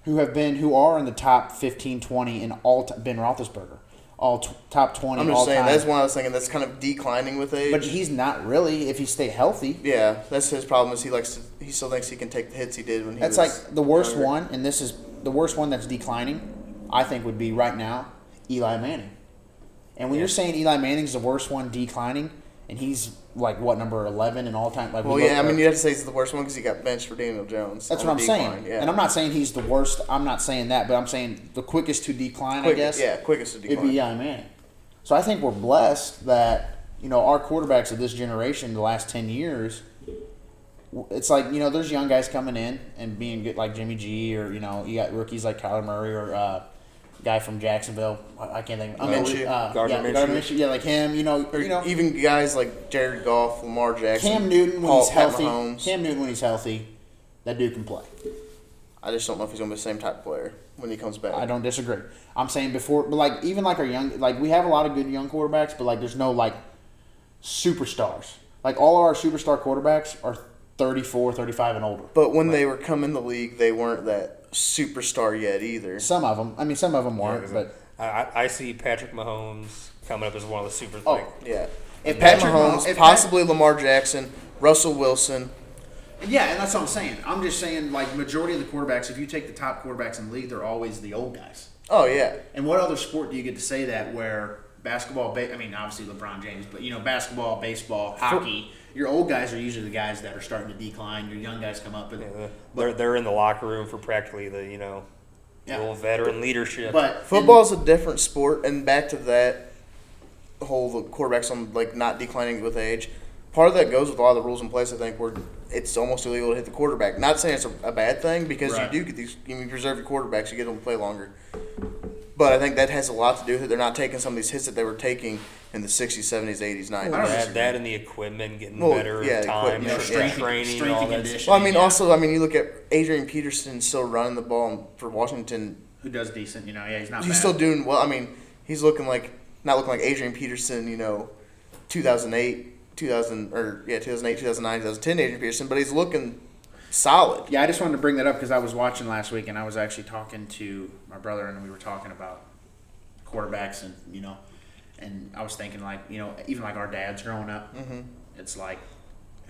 Speaker 6: who have been who are in the top 15, 20 in all t- Ben Roethlisberger, all t- top 20
Speaker 4: I'm
Speaker 6: all
Speaker 4: just saying
Speaker 6: time.
Speaker 4: that's one I was thinking that's kind of declining with age.
Speaker 6: but he's not really if he stay healthy.
Speaker 4: yeah, that's his problem is he likes to, he still thinks he can take the hits he did when he
Speaker 6: That's
Speaker 4: was
Speaker 6: like the worst
Speaker 4: younger.
Speaker 6: one and this is the worst one that's declining I think would be right now Eli Manning. And when you're saying Eli Manning's the worst one declining, and he's like what number eleven in all time. Like we
Speaker 4: Well,
Speaker 6: look
Speaker 4: yeah, I
Speaker 6: up-
Speaker 4: mean, you have to say he's the worst one because he got benched for Daniel Jones.
Speaker 6: that's
Speaker 4: on
Speaker 6: what I'm
Speaker 4: the
Speaker 6: saying.
Speaker 4: decline, Yeah.
Speaker 6: And I'm not saying he's the worst. I'm not saying that, but I'm saying the quickest to decline.
Speaker 4: Quick,
Speaker 6: I guess.
Speaker 4: Yeah, quickest to
Speaker 6: It'd
Speaker 4: decline.
Speaker 6: be Eli Manning. So I think we're blessed that you know our quarterbacks of this generation, the last ten years, w- it's like you know there's young guys coming in and being good like Jimmy G or you know you got rookies like Kyler Murray or uh, guy from Jacksonville. I I can't think. Of,
Speaker 4: Minshew.
Speaker 6: Uh,
Speaker 5: Gardner
Speaker 6: yeah,
Speaker 5: Minshew.
Speaker 6: Gardner Minshew. Yeah, like him. You know.
Speaker 4: Or
Speaker 6: You know.
Speaker 4: even guys like Jared Goff, Lamar Jackson,
Speaker 6: Cam Newton when
Speaker 4: Paul-
Speaker 6: he's
Speaker 4: Pat
Speaker 6: healthy.
Speaker 4: Mahomes.
Speaker 6: Cam Newton when he's healthy, that dude can play.
Speaker 4: I just don't know if he's gonna be the same type of player when he comes back.
Speaker 6: I don't disagree. I'm saying before, but like even like our young, like we have a lot of good young quarterbacks, but like there's no like superstars. Like all of our superstar quarterbacks are 34, 35 and older.
Speaker 4: But when they were coming in the league, they weren't that superstar yet either.
Speaker 6: Some of them, I mean, some of them weren't, but
Speaker 5: I, I- I see Patrick Mahomes coming up as one of the super.
Speaker 6: Oh.
Speaker 5: like,
Speaker 4: Yeah. If
Speaker 6: Patrick
Speaker 4: Patrick Mahomes,
Speaker 6: Mah- if Pat-
Speaker 4: possibly Lamar Jackson, Russell Wilson,
Speaker 6: yeah, and that's what I'm saying. I'm just saying like majority of the quarterbacks, if you take the top quarterbacks in the league, they're always the old guys.
Speaker 4: oh yeah,
Speaker 6: And what other sport do you get to say that where basketball, ba- I mean, obviously LeBron James, but you know, basketball, baseball, hockey, your old guys are usually the guys that are starting to decline. Your young guys come up. And,
Speaker 5: uh, they're they're in the locker room for practically the you know,
Speaker 6: Yeah.
Speaker 5: little veteran leadership.
Speaker 6: But
Speaker 4: football's a different sport. And back to that whole the quarterbacks on like not declining with age. Part of that goes with a lot of the rules in place. I think where it's almost illegal to hit the quarterback. Not saying it's a, a bad thing because
Speaker 6: Right.
Speaker 4: you do get these. You preserve your quarterbacks. You get them to play longer. But I think that has a lot to do with it. They're not taking some of these hits that they were taking in the 60s, 70s, 80s, 90s.
Speaker 6: I don't
Speaker 5: that, that and the equipment getting
Speaker 4: Well,
Speaker 5: better,
Speaker 4: yeah,
Speaker 5: time,
Speaker 4: equipment,
Speaker 5: strength
Speaker 4: yeah.
Speaker 5: training,
Speaker 6: Strength
Speaker 5: all
Speaker 6: and
Speaker 5: that.
Speaker 6: conditioning.
Speaker 4: Well, I mean,
Speaker 6: Yeah.
Speaker 4: also, I mean, you look at Adrian Peterson still running the ball for Washington.
Speaker 6: who does decent, you know, yeah, he's not.
Speaker 4: He's
Speaker 6: bad.
Speaker 4: still doing well. I mean, he's looking like not looking like Adrian Peterson, you know, 2008, 2000 or yeah, 2008, 2009, 2010 Adrian Peterson, but he's looking solid.
Speaker 6: Yeah, I just wanted to bring that up because I was watching last week and I was actually talking to my brother and we were talking about quarterbacks and you know, and I was thinking like you know even like our dads growing up,
Speaker 4: Mm-hmm.
Speaker 6: it's like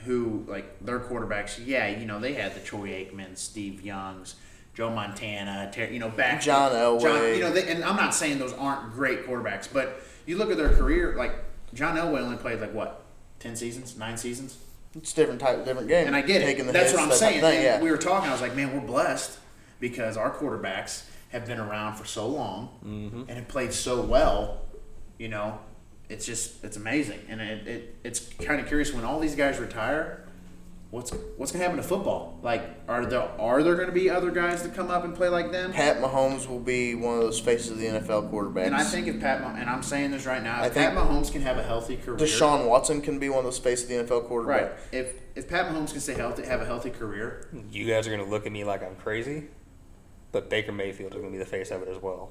Speaker 6: who like their quarterbacks. Yeah, you know they had the Troy Aikman, Steve Youngs. Joe Montana, Ter- you know, back
Speaker 4: John Elway.
Speaker 6: you know, they, and I'm not saying those aren't great quarterbacks, but you look at their career. Like John Elway only played like what, ten seasons, nine seasons.
Speaker 4: It's a different type, different game.
Speaker 6: And I get
Speaker 4: Taking
Speaker 6: it.
Speaker 4: the
Speaker 6: That's
Speaker 4: hits,
Speaker 6: what I'm
Speaker 4: that type
Speaker 6: saying.
Speaker 4: of thing,
Speaker 6: And
Speaker 4: yeah.
Speaker 6: We were talking. I was like, man, we're blessed because our quarterbacks have been around for so long
Speaker 4: Mm-hmm.
Speaker 6: and have played so well. You know, it's just it's amazing, and it, it it's kind of curious when all these guys retire. What's what's gonna happen to football? Like, are there are there gonna be other guys that come up and play like them?
Speaker 4: Pat Mahomes will be one of those faces of the NFL quarterbacks.
Speaker 6: And I think if Pat Mah- and I'm saying this right now,
Speaker 4: I
Speaker 6: if Pat
Speaker 4: think-
Speaker 6: Mahomes can have a healthy career,
Speaker 4: Deshaun Watson can be one of those faces of the NFL quarterback.
Speaker 6: right? If if Pat Mahomes can stay healthy, have a healthy career,
Speaker 5: You guys are gonna look at me like I'm crazy, but Baker Mayfield is gonna be the face of it as well.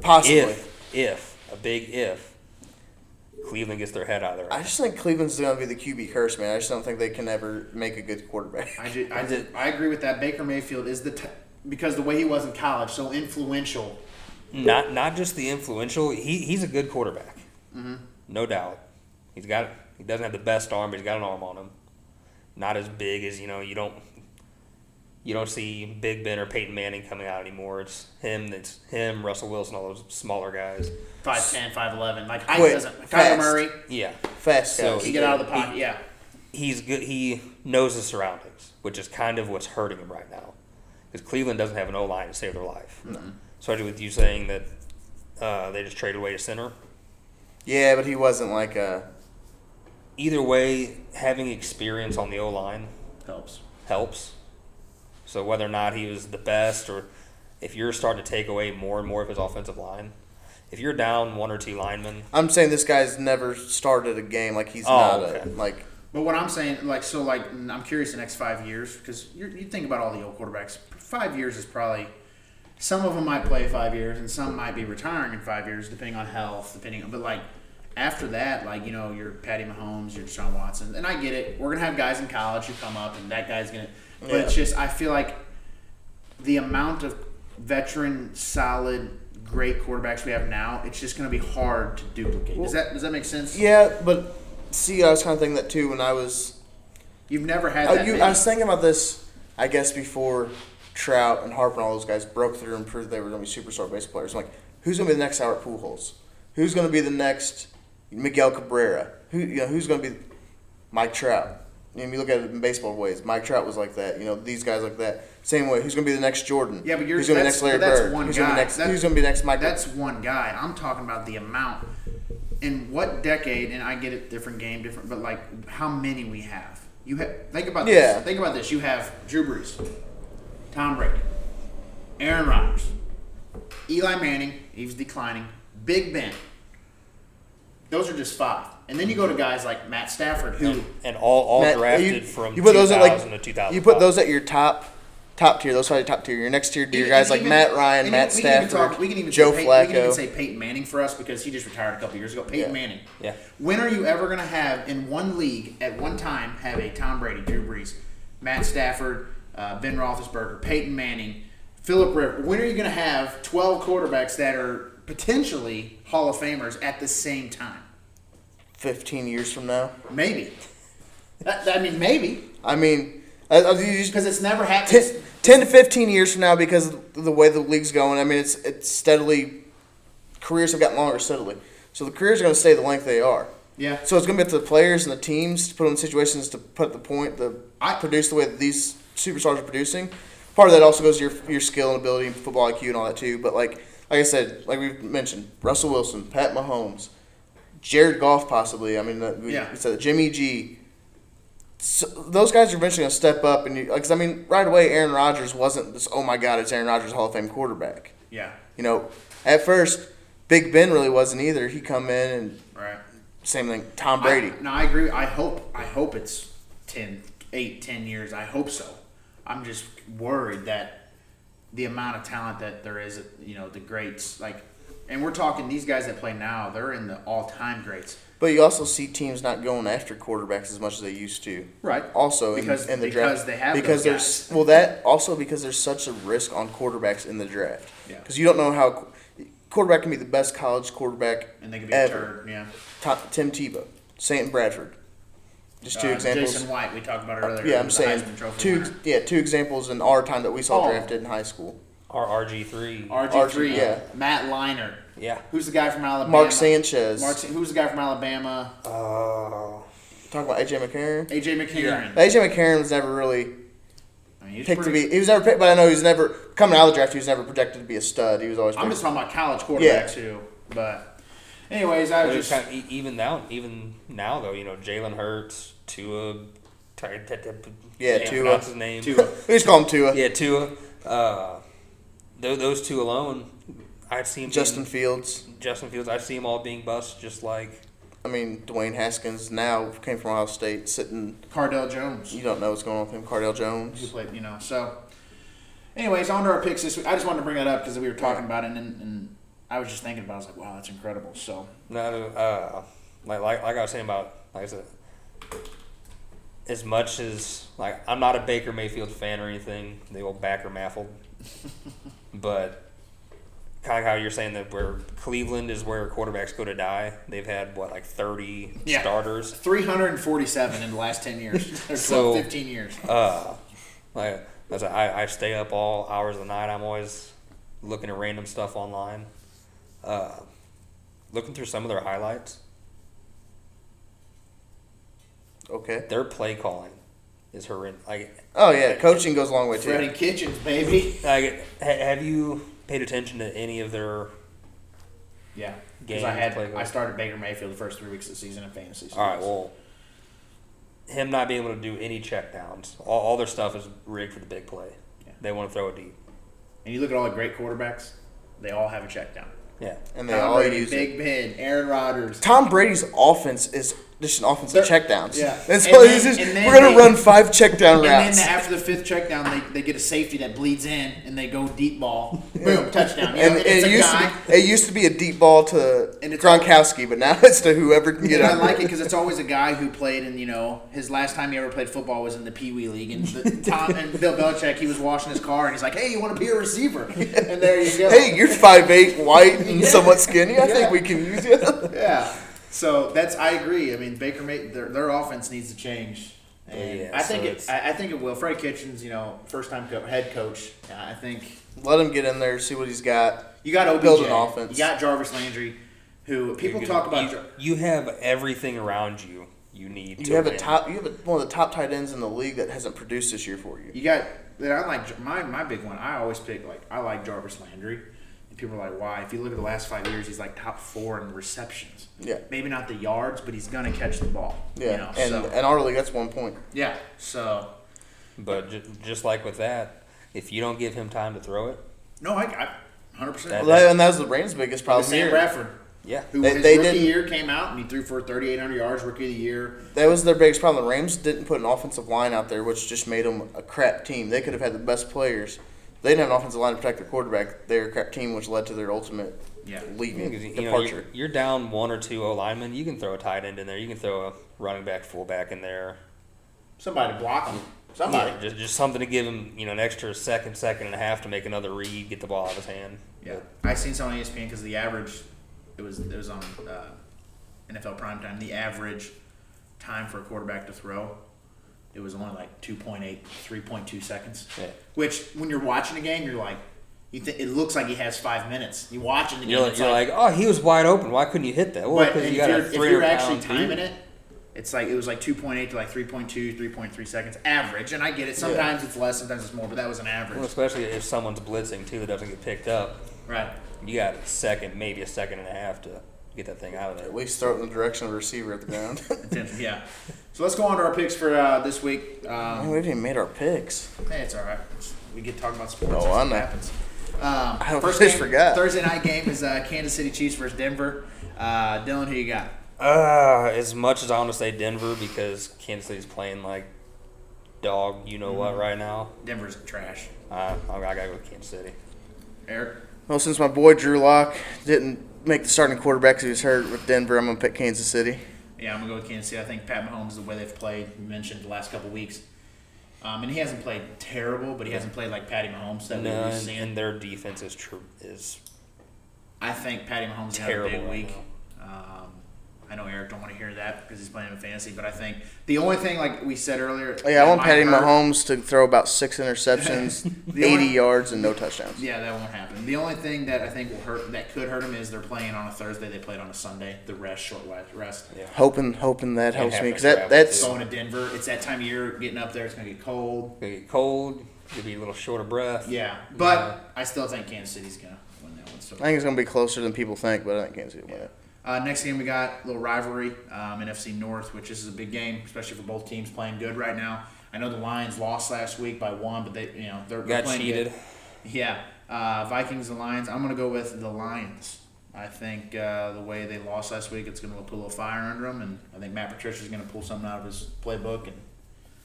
Speaker 4: Possibly.
Speaker 5: If, if, a big if, Cleveland gets their head out of
Speaker 4: I
Speaker 5: there.
Speaker 4: just think Cleveland's going to be the QB curse, man. I just don't think they can ever make a good quarterback.
Speaker 6: I, ju- I, ju- I agree with that. Baker Mayfield is the t- because the way he was in college, so influential.
Speaker 5: Not not just the influential. He he's a good quarterback,
Speaker 4: Mm-hmm.
Speaker 5: no doubt. He's got he doesn't have the best arm, but he's got an arm on him. Not as big as you know. You don't you don't see Big Ben or Peyton Manning coming out anymore. It's him. It's him. Russell Wilson. All those smaller guys.
Speaker 6: 5'10", 5'11". Like height
Speaker 4: Quick,
Speaker 6: doesn't. Kyler
Speaker 4: fast.
Speaker 6: Murray
Speaker 5: Yeah,
Speaker 4: Fast
Speaker 5: So
Speaker 4: guys.
Speaker 6: can get out of the pocket. Yeah,
Speaker 5: he's good. He knows his surroundings, which is kind of what's hurting him right now, because Cleveland doesn't have an O line to save their life. Especially with you saying that uh, they just traded away a center.
Speaker 4: Yeah, but he wasn't like a.
Speaker 5: Either way, having experience on the O line
Speaker 6: helps.
Speaker 5: helps. So whether or not he was the best, or if you're starting to take away more and more of his offensive line, if you're down one or two linemen,
Speaker 4: I'm saying this guy's never started a game. Like he's
Speaker 5: Oh,
Speaker 4: not
Speaker 5: okay.
Speaker 4: a like.
Speaker 6: But what I'm saying, like, so, like, n- I'm curious the next five years because you think about all the old quarterbacks. Five years is probably some of them might play five years and some might be retiring in five years, depending on health, depending. on But like after that, like you know, your Patty Mahomes, your Deshaun Watson, and I get it. We're gonna have guys in college who come up, and that guy's gonna. But it's
Speaker 4: Yeah.
Speaker 6: just I feel like the amount of veteran, solid, great quarterbacks we have now, it's just gonna be hard to duplicate. does that does that make sense?
Speaker 4: Yeah, but see, I was kind of thinking that too when I was.
Speaker 6: You've never had.
Speaker 4: Oh,
Speaker 6: that
Speaker 4: you,
Speaker 6: many.
Speaker 4: I was thinking about this. I guess before Trout and Harper and all those guys broke through and proved they were going to be superstar baseball players. I'm like, who's going to be the next Albert Pujols? Who's going to be the next Miguel Cabrera. Who you know who's going to be Mike Trout? You know, you look at it in baseball ways. Mike Trout was like that. You know these guys like that. Same way. Who's going to be the next Jordan?
Speaker 6: Yeah, but you're
Speaker 4: who's going to be
Speaker 6: that's,
Speaker 4: next Larry
Speaker 6: but that's
Speaker 4: Bird?
Speaker 6: one
Speaker 4: who's
Speaker 6: guy.
Speaker 4: Gonna be next,
Speaker 6: That-
Speaker 4: who's going to be next Mike?
Speaker 6: That's one guy. I'm talking about the amount. In what decade? And I get it, different game, different. But like, how many we have? You have. Think about
Speaker 4: Yeah.
Speaker 6: this. Think about this. You have Drew Brees, Tom Brady, Aaron Rodgers, Eli Manning. He's declining. Big Ben. Those are just five. And then you go to guys like Matt Stafford, who
Speaker 5: and all all
Speaker 4: Matt,
Speaker 5: drafted
Speaker 4: you,
Speaker 5: from
Speaker 4: you put those
Speaker 5: 2000
Speaker 4: at like
Speaker 5: to 2000.
Speaker 4: you put those at your top top tier. Those are your top tier. Your next tier to your guys like
Speaker 6: even-
Speaker 4: Matt Ryan,
Speaker 6: and
Speaker 4: Matt
Speaker 6: even-
Speaker 4: Stafford,
Speaker 6: we can even
Speaker 4: Joe Flacco.
Speaker 6: say, Peyton, we can even say Peyton Manning for us because he just retired a couple years ago. Peyton
Speaker 4: Yeah.
Speaker 6: Manning.
Speaker 5: Yeah.
Speaker 6: When are you ever going to have in one league at one time have a Tom Brady, Drew Brees, Matt Stafford, uh, Ben Roethlisberger, Peyton Manning, Philip Rivers? When are you going to have twelve quarterbacks that are potentially Hall of Famers at the same time?
Speaker 4: Fifteen years from now,
Speaker 6: Maybe. That- I mean, maybe
Speaker 4: I mean, I, I, you just-
Speaker 6: because it's never happened.
Speaker 4: 10, 10 to 15 years from now because of the way the league's going. I mean, it's it's steadily careers have gotten longer steadily. So the careers are going to stay the length they are.
Speaker 6: Yeah.
Speaker 4: So it's going to be up to the players and the teams to put them in situations to put the point, the
Speaker 6: I-
Speaker 4: produce the way that these superstars are producing. Part of that also goes to your your skill and ability and football IQ and all that too. But like like I said, like we've mentioned, Russell Wilson, Pat Mahomes, Jared Goff possibly. I mean, that- we,
Speaker 6: Yeah.
Speaker 4: we said Jimmy G. So those guys are eventually going to step up, and because I mean, right away, Aaron Rodgers wasn't this. Oh my God, it's Aaron Rodgers, Hall of Fame quarterback.
Speaker 6: yeah.
Speaker 4: You know, at first, Big Ben really wasn't either. He come in and
Speaker 6: Right.
Speaker 4: same thing. Tom Brady.
Speaker 6: I, no, I agree. I hope I hope it's 10, 8, 10 years. I hope so. I'm just worried that the amount of talent that there is, you know, the greats like and we're talking these guys that play now, they're in the all-time greats.
Speaker 4: But you also see teams not going after quarterbacks as much as they used to.
Speaker 6: Right.
Speaker 4: Also,
Speaker 6: Because-
Speaker 4: in, in the
Speaker 6: because
Speaker 4: draft,
Speaker 6: they have
Speaker 4: because
Speaker 6: those
Speaker 4: there's
Speaker 6: guys.
Speaker 4: well that also because there's such a risk on quarterbacks in the draft.
Speaker 6: Yeah.
Speaker 4: Because you don't know how qu- quarterback can be the best college quarterback
Speaker 6: And they could be a
Speaker 4: ever.
Speaker 6: turd, yeah.
Speaker 4: Tom, Tim Tebow, Sam Bradford, just two
Speaker 6: Uh,
Speaker 4: examples. Uh,
Speaker 6: Jason White, we talked about earlier.
Speaker 4: yeah, I'm
Speaker 6: the
Speaker 4: saying
Speaker 6: Heisman Trophy
Speaker 4: two.
Speaker 6: winner.
Speaker 4: Yeah, two examples in our time that we saw
Speaker 6: Oh.
Speaker 4: drafted in high school.
Speaker 5: Our RG3.
Speaker 6: RG3,
Speaker 4: RG, yeah.
Speaker 6: Matt Liner.
Speaker 5: Yeah.
Speaker 6: Who's the guy from Alabama?
Speaker 4: Mark Sanchez.
Speaker 6: Oh, Mark, Sa- who's the guy from Alabama?
Speaker 4: Uh,
Speaker 5: Oh.
Speaker 4: Talk about AJ McCarron.
Speaker 6: AJ McCarron.
Speaker 4: AJ McCarron was never really
Speaker 6: I mean, he's
Speaker 4: picked to
Speaker 6: pretty-
Speaker 4: be. He was never picked, but I know he was never coming out of the draft. He was never projected to be a stud. He was always.
Speaker 6: I'm
Speaker 4: picked-
Speaker 6: just talking about college
Speaker 4: Yeah.
Speaker 6: quarterbacks too. But anyways, I
Speaker 5: But
Speaker 6: was
Speaker 5: it's
Speaker 6: just
Speaker 5: kind of, e- even now, even now though, you know, Jalen Hurts, Tua, Ty- Ty- Ty-
Speaker 4: Yeah,
Speaker 5: can't
Speaker 4: Tua.
Speaker 5: pronounce his name.
Speaker 6: Tua.
Speaker 4: we just call him Tua.
Speaker 5: Yeah, Tua. Uh, tho- those two alone, I'd see him
Speaker 4: Justin
Speaker 5: being,
Speaker 4: Fields.
Speaker 5: Justin Fields. I see them all being bust, just like
Speaker 4: I mean, Dwayne Haskins now came from Ohio State, sitting.
Speaker 6: Cardell Jones.
Speaker 4: You don't know what's going on with him. Cardell
Speaker 6: who
Speaker 4: Jones.
Speaker 6: played, you know. So, anyways, on to our picks this week. I just wanted to bring that up because we were talking about it, and, and I was just thinking about. it. I was like, wow, that's incredible. So,
Speaker 5: not uh, like, like like I was saying about like I said, as much as like I'm not a Baker Mayfield fan or anything, the old backer maffled, but kind of how you're saying that where Cleveland is where quarterbacks go to die. They've had what like 30
Speaker 6: Yeah.
Speaker 5: starters.
Speaker 6: 347 in the last 10 years, or
Speaker 5: So- uh,
Speaker 6: 12, 15 years.
Speaker 5: Like that's a, I, I stay up all hours of the night. I'm always looking at random stuff online, uh, looking through some of their highlights.
Speaker 4: Okay.
Speaker 5: Their play calling is horrendous. Like,
Speaker 4: Oh yeah, coaching goes a long way too.
Speaker 6: Freddie Kitchens, baby.
Speaker 5: like ha- have you paid attention to any of their?
Speaker 6: Yeah, because
Speaker 5: Games
Speaker 6: I had
Speaker 5: played.
Speaker 6: I started Baker Mayfield the first three weeks of the season in fantasy.
Speaker 5: All right, well, him not being able to do any checkdowns. All, all their stuff is rigged for the big play.
Speaker 6: Yeah.
Speaker 5: They want to throw it deep.
Speaker 6: and you look at all the great quarterbacks, they all have a check down.
Speaker 5: Yeah.
Speaker 4: And they
Speaker 6: Tom
Speaker 4: all
Speaker 6: Brady,
Speaker 4: use it.
Speaker 6: Big Ben, Aaron Rodgers.
Speaker 4: Tom Brady's offense is just an offense of
Speaker 6: They're-
Speaker 4: checkdowns.
Speaker 6: yeah.
Speaker 4: And so
Speaker 6: And then-
Speaker 4: it's just,
Speaker 6: and then
Speaker 4: we're gonna
Speaker 6: they-
Speaker 4: run five checkdown
Speaker 6: And
Speaker 4: routes.
Speaker 6: then after the fifth check down, they, they get a safety that bleeds in and they go deep ball. Boom, touchdown. You know,
Speaker 4: and
Speaker 6: and it's
Speaker 4: it
Speaker 6: a
Speaker 4: used
Speaker 6: guy.
Speaker 4: to be it used to be a deep ball to
Speaker 6: And it's-
Speaker 4: Gronkowski, but now it's to whoever can get
Speaker 6: And I
Speaker 4: out.
Speaker 6: like it because it's always a guy who played in, you know, his last time he ever played football was in the Pee Wee League. And the, Tom and Bill Belichick, he was washing his car and he's like, hey, you want to be a receiver? And there you go.
Speaker 4: Hey, you're five eight, white, and somewhat skinny. I think we can use you.
Speaker 6: Yeah. So that's, I agree. I mean, Baker, May, their, their offense needs to change.
Speaker 4: Oh,
Speaker 6: And
Speaker 5: Yeah,
Speaker 6: I think
Speaker 5: so
Speaker 6: it,
Speaker 5: it's-
Speaker 6: I, I think it will. Fred Kitchens, you know, first time co- head coach. I think
Speaker 4: Let him get in there, see what he's got.
Speaker 6: You got OBJ.
Speaker 4: Build an offense.
Speaker 6: You got Jarvis Landry. who people
Speaker 5: You're
Speaker 6: talk
Speaker 5: gonna-
Speaker 6: about.
Speaker 5: You, you have everything around you. You need. to
Speaker 4: You have a
Speaker 5: win.
Speaker 4: top. You have a, one of the top tight ends in the league that hasn't produced this year for you.
Speaker 6: You got that I like my my big one. I always pick like I like Jarvis Landry. And people are like, why? If you look at the last five years, he's like top four in receptions.
Speaker 4: Yeah.
Speaker 6: Maybe not the yards, but he's gonna catch the ball.
Speaker 4: Yeah,
Speaker 6: You know,
Speaker 4: and
Speaker 6: so,
Speaker 4: and our league that's one point.
Speaker 6: yeah. So
Speaker 5: But ju- just like with that, if you don't give him time to throw it,
Speaker 6: no, I got hundred percent.
Speaker 5: That-
Speaker 4: Well, that- and that was the Rams' biggest problem
Speaker 6: Sam
Speaker 4: here.
Speaker 6: Bradford,
Speaker 5: yeah,
Speaker 6: who
Speaker 4: They-
Speaker 6: his
Speaker 4: they
Speaker 6: rookie
Speaker 4: didn't-
Speaker 6: year came out and he threw for thirty eight hundred yards, rookie of the year.
Speaker 4: That was their biggest problem. The Rams didn't put an offensive line out there, which just made them a crap team. They could have had the best players. They didn't have an offensive line to protect their quarterback. They were a crap team, which led to their ultimate
Speaker 6: Yeah.
Speaker 4: leaving
Speaker 5: Because, you know,
Speaker 4: departure.
Speaker 5: you're, you're down one or two O linemen. You can throw a tight end in there. You can throw a running back, fullback in there.
Speaker 6: Somebody to block him. Somebody.
Speaker 5: Yeah, just, just something to give him, you know, an extra second, second and a half to make another read, get the ball out of his hand.
Speaker 6: Yeah, I seen something on E ESPN because the average, it was it was on uh, NFL primetime. The average time for a quarterback to throw, it was only like 2.8, 3.2 seconds.
Speaker 5: Yeah.
Speaker 6: Which when you're watching a game, you're like, you think it looks like he has five minutes. You watching the game,
Speaker 5: You're, like,
Speaker 6: it's
Speaker 5: you're like, oh, he was wide open. Why couldn't you hit that? Well,
Speaker 6: but
Speaker 5: because
Speaker 6: if
Speaker 5: you got
Speaker 6: you're,
Speaker 5: a
Speaker 6: if
Speaker 5: three
Speaker 6: you're actually
Speaker 5: pound
Speaker 6: timing it. It's like it was like 2.8 to like 3.2, 3.3 seconds average, and I get it. Sometimes it's less, sometimes it's more, but that was an average,
Speaker 5: Well, especially if someone's blitzing too that doesn't get picked up.
Speaker 6: right?
Speaker 5: You got a second, maybe a second and a half to get that thing out of there.
Speaker 4: At least throw it in the direction of the receiver at the ground.
Speaker 6: Attention, yeah. So let's go on to our picks for uh, this week. Um,
Speaker 4: we haven't even made our picks.
Speaker 6: Hey, it's all right. We get talking about sports.
Speaker 4: Oh,
Speaker 6: That's
Speaker 4: I
Speaker 6: what
Speaker 4: know.
Speaker 6: happens. Um,
Speaker 4: I
Speaker 6: first
Speaker 4: just
Speaker 6: game-
Speaker 4: forgot.
Speaker 6: Thursday night game is uh, Kansas City Chiefs versus Denver. Uh, Dylan, who you got?
Speaker 5: Uh, as much as I want to say Denver because Kansas City's playing like dog, you know
Speaker 6: Mm-hmm.
Speaker 5: what, right now.
Speaker 6: Denver's trash.
Speaker 5: Uh, I I gotta go with Kansas City.
Speaker 6: Eric.
Speaker 4: Well, since my boy Drew Lock didn't make the starting quarterback 'cause he was hurt with Denver, I'm going to pick Kansas City.
Speaker 6: Yeah, I'm gonna go with Kansas City. I think Pat Mahomes, the way they've played, you mentioned the last couple weeks, um, and he hasn't played terrible, but he hasn't played like Patty Mahomes that
Speaker 5: No,
Speaker 6: we've
Speaker 5: and,
Speaker 6: seen.
Speaker 5: and their defense is true is
Speaker 6: I think Patty Mahomes had a
Speaker 5: Terrible
Speaker 6: big
Speaker 5: right
Speaker 6: week. um, I know Eric don't want to hear that because he's playing in fantasy, but I think the only thing like we said earlier,
Speaker 4: Oh, Yeah, I want
Speaker 6: might
Speaker 4: Patty
Speaker 6: hurt-
Speaker 4: Mahomes to throw about six interceptions,
Speaker 6: The
Speaker 4: 80
Speaker 6: only-
Speaker 4: yards, and no touchdowns.
Speaker 6: Yeah, that won't happen. The only thing that I think will hurt, that could hurt them, is they're playing on a Thursday. They played on a Sunday. The rest, short wi- rest.
Speaker 5: Yeah.
Speaker 4: Hoping, hoping that helps
Speaker 5: have
Speaker 4: me
Speaker 5: to
Speaker 4: because that,
Speaker 5: travel,
Speaker 4: that's
Speaker 6: Going to Denver, it's that time of year. Getting up there, it's gonna get cold.
Speaker 5: gonna get cold, you'll be a little short of breath.
Speaker 6: Yeah, but I still think Kansas City's gonna win that one. So
Speaker 4: I think it's going to be closer than people think, but I think Kansas City will win it.
Speaker 6: uh, next game we got a little rivalry um, in FC North, which this is a big game, especially for both teams playing good right now. I know the Lions lost last week by one, but they, you know, they're they're
Speaker 5: Got
Speaker 6: playing
Speaker 5: cheated.
Speaker 6: Good. Yeah, uh, Vikings and Lions. I'm gonna go with the Lions. I think uh, the way they lost last week, it's gonna put a little fire under them, and I think Matt Patricia's gonna pull something out of his playbook. And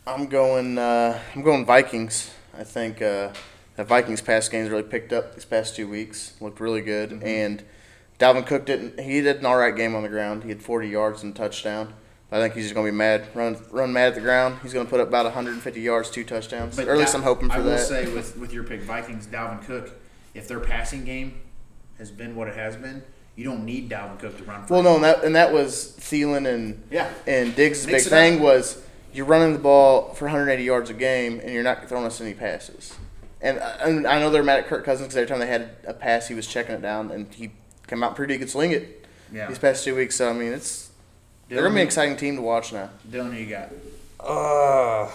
Speaker 4: I'm going. Uh, I'm going Vikings. I think uh, the Vikings pass game's really picked up these past two weeks. Looked really good,
Speaker 6: Mm-hmm.
Speaker 4: and Dalvin Cook didn't. He did an all right game on the ground. He had 40 yards and a touchdown. But I think he's just gonna be mad. Run, run mad at the ground. He's gonna put up about 150 yards, two touchdowns. or at least
Speaker 6: Dal-
Speaker 4: I'm hoping for
Speaker 6: I will
Speaker 4: that.
Speaker 6: say with with your pick, Vikings, Dalvin Cook, if their passing game has been what it has been, you don't need Dalvin Cook to run. For
Speaker 4: well, no, and that and that was Thielen and
Speaker 6: Yeah.
Speaker 4: and Diggs'
Speaker 6: Mix
Speaker 4: big
Speaker 6: it
Speaker 4: thing
Speaker 6: up.
Speaker 4: was you're running the ball for 180 yards a game, and you're not throwing us any passes. And I, and I know they're mad at Kirk Cousins because every time they had a pass, he was checking it down, and he came out pretty good sling it
Speaker 6: Yeah.
Speaker 4: these past two weeks. So I mean, it's they're gonna be an exciting team to watch now.
Speaker 6: Dylan, who you got?
Speaker 5: Uh,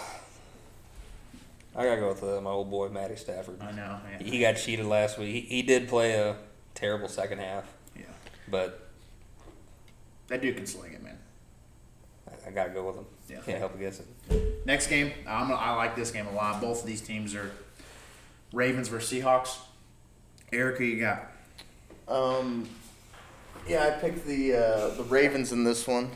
Speaker 5: I gotta go with uh, my old boy Matty Stafford.
Speaker 6: I know. Yeah.
Speaker 5: He got cheated last week. He, he did play a terrible second half,
Speaker 6: yeah.
Speaker 5: but
Speaker 6: That dude can sling it, man.
Speaker 5: I, I gotta go with him.
Speaker 6: Yeah.
Speaker 5: Can't help against it.
Speaker 6: Next game, I'm, I like this game a lot. Both of these teams are Ravens versus Seahawks. Eric, who you got?
Speaker 4: Um, yeah, I picked the uh, the Ravens in this one.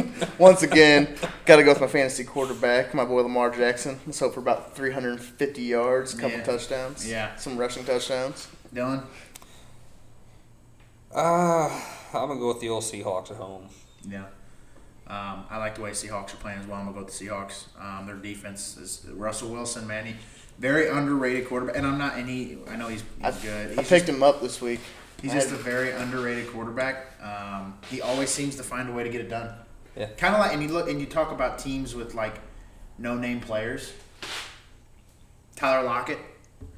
Speaker 4: Once again, got to go with my fantasy quarterback, my boy Lamar Jackson. Let's hope for about 350 yards, couple
Speaker 6: Yeah.
Speaker 4: touchdowns,
Speaker 6: Yeah.
Speaker 4: some rushing touchdowns.
Speaker 6: Dylan?
Speaker 5: Uh, I'm gonna go with the old Seahawks at home.
Speaker 6: Yeah. Um, I like the way Seahawks are playing as well. I'm gonna go with the Seahawks. Um, their defense is Russell Wilson, man. He, very underrated quarterback, and I'm not any. I know he's, he's
Speaker 4: I,
Speaker 6: good. He's
Speaker 4: I
Speaker 6: just-
Speaker 4: picked him up this week.
Speaker 6: He's
Speaker 4: I had-
Speaker 6: just a very underrated quarterback. Um, he always seems to find a way to get it done.
Speaker 5: Yeah.
Speaker 6: Kind of like, and you look and you talk about teams with like no name players. Tyler Lockett.
Speaker 4: I mean,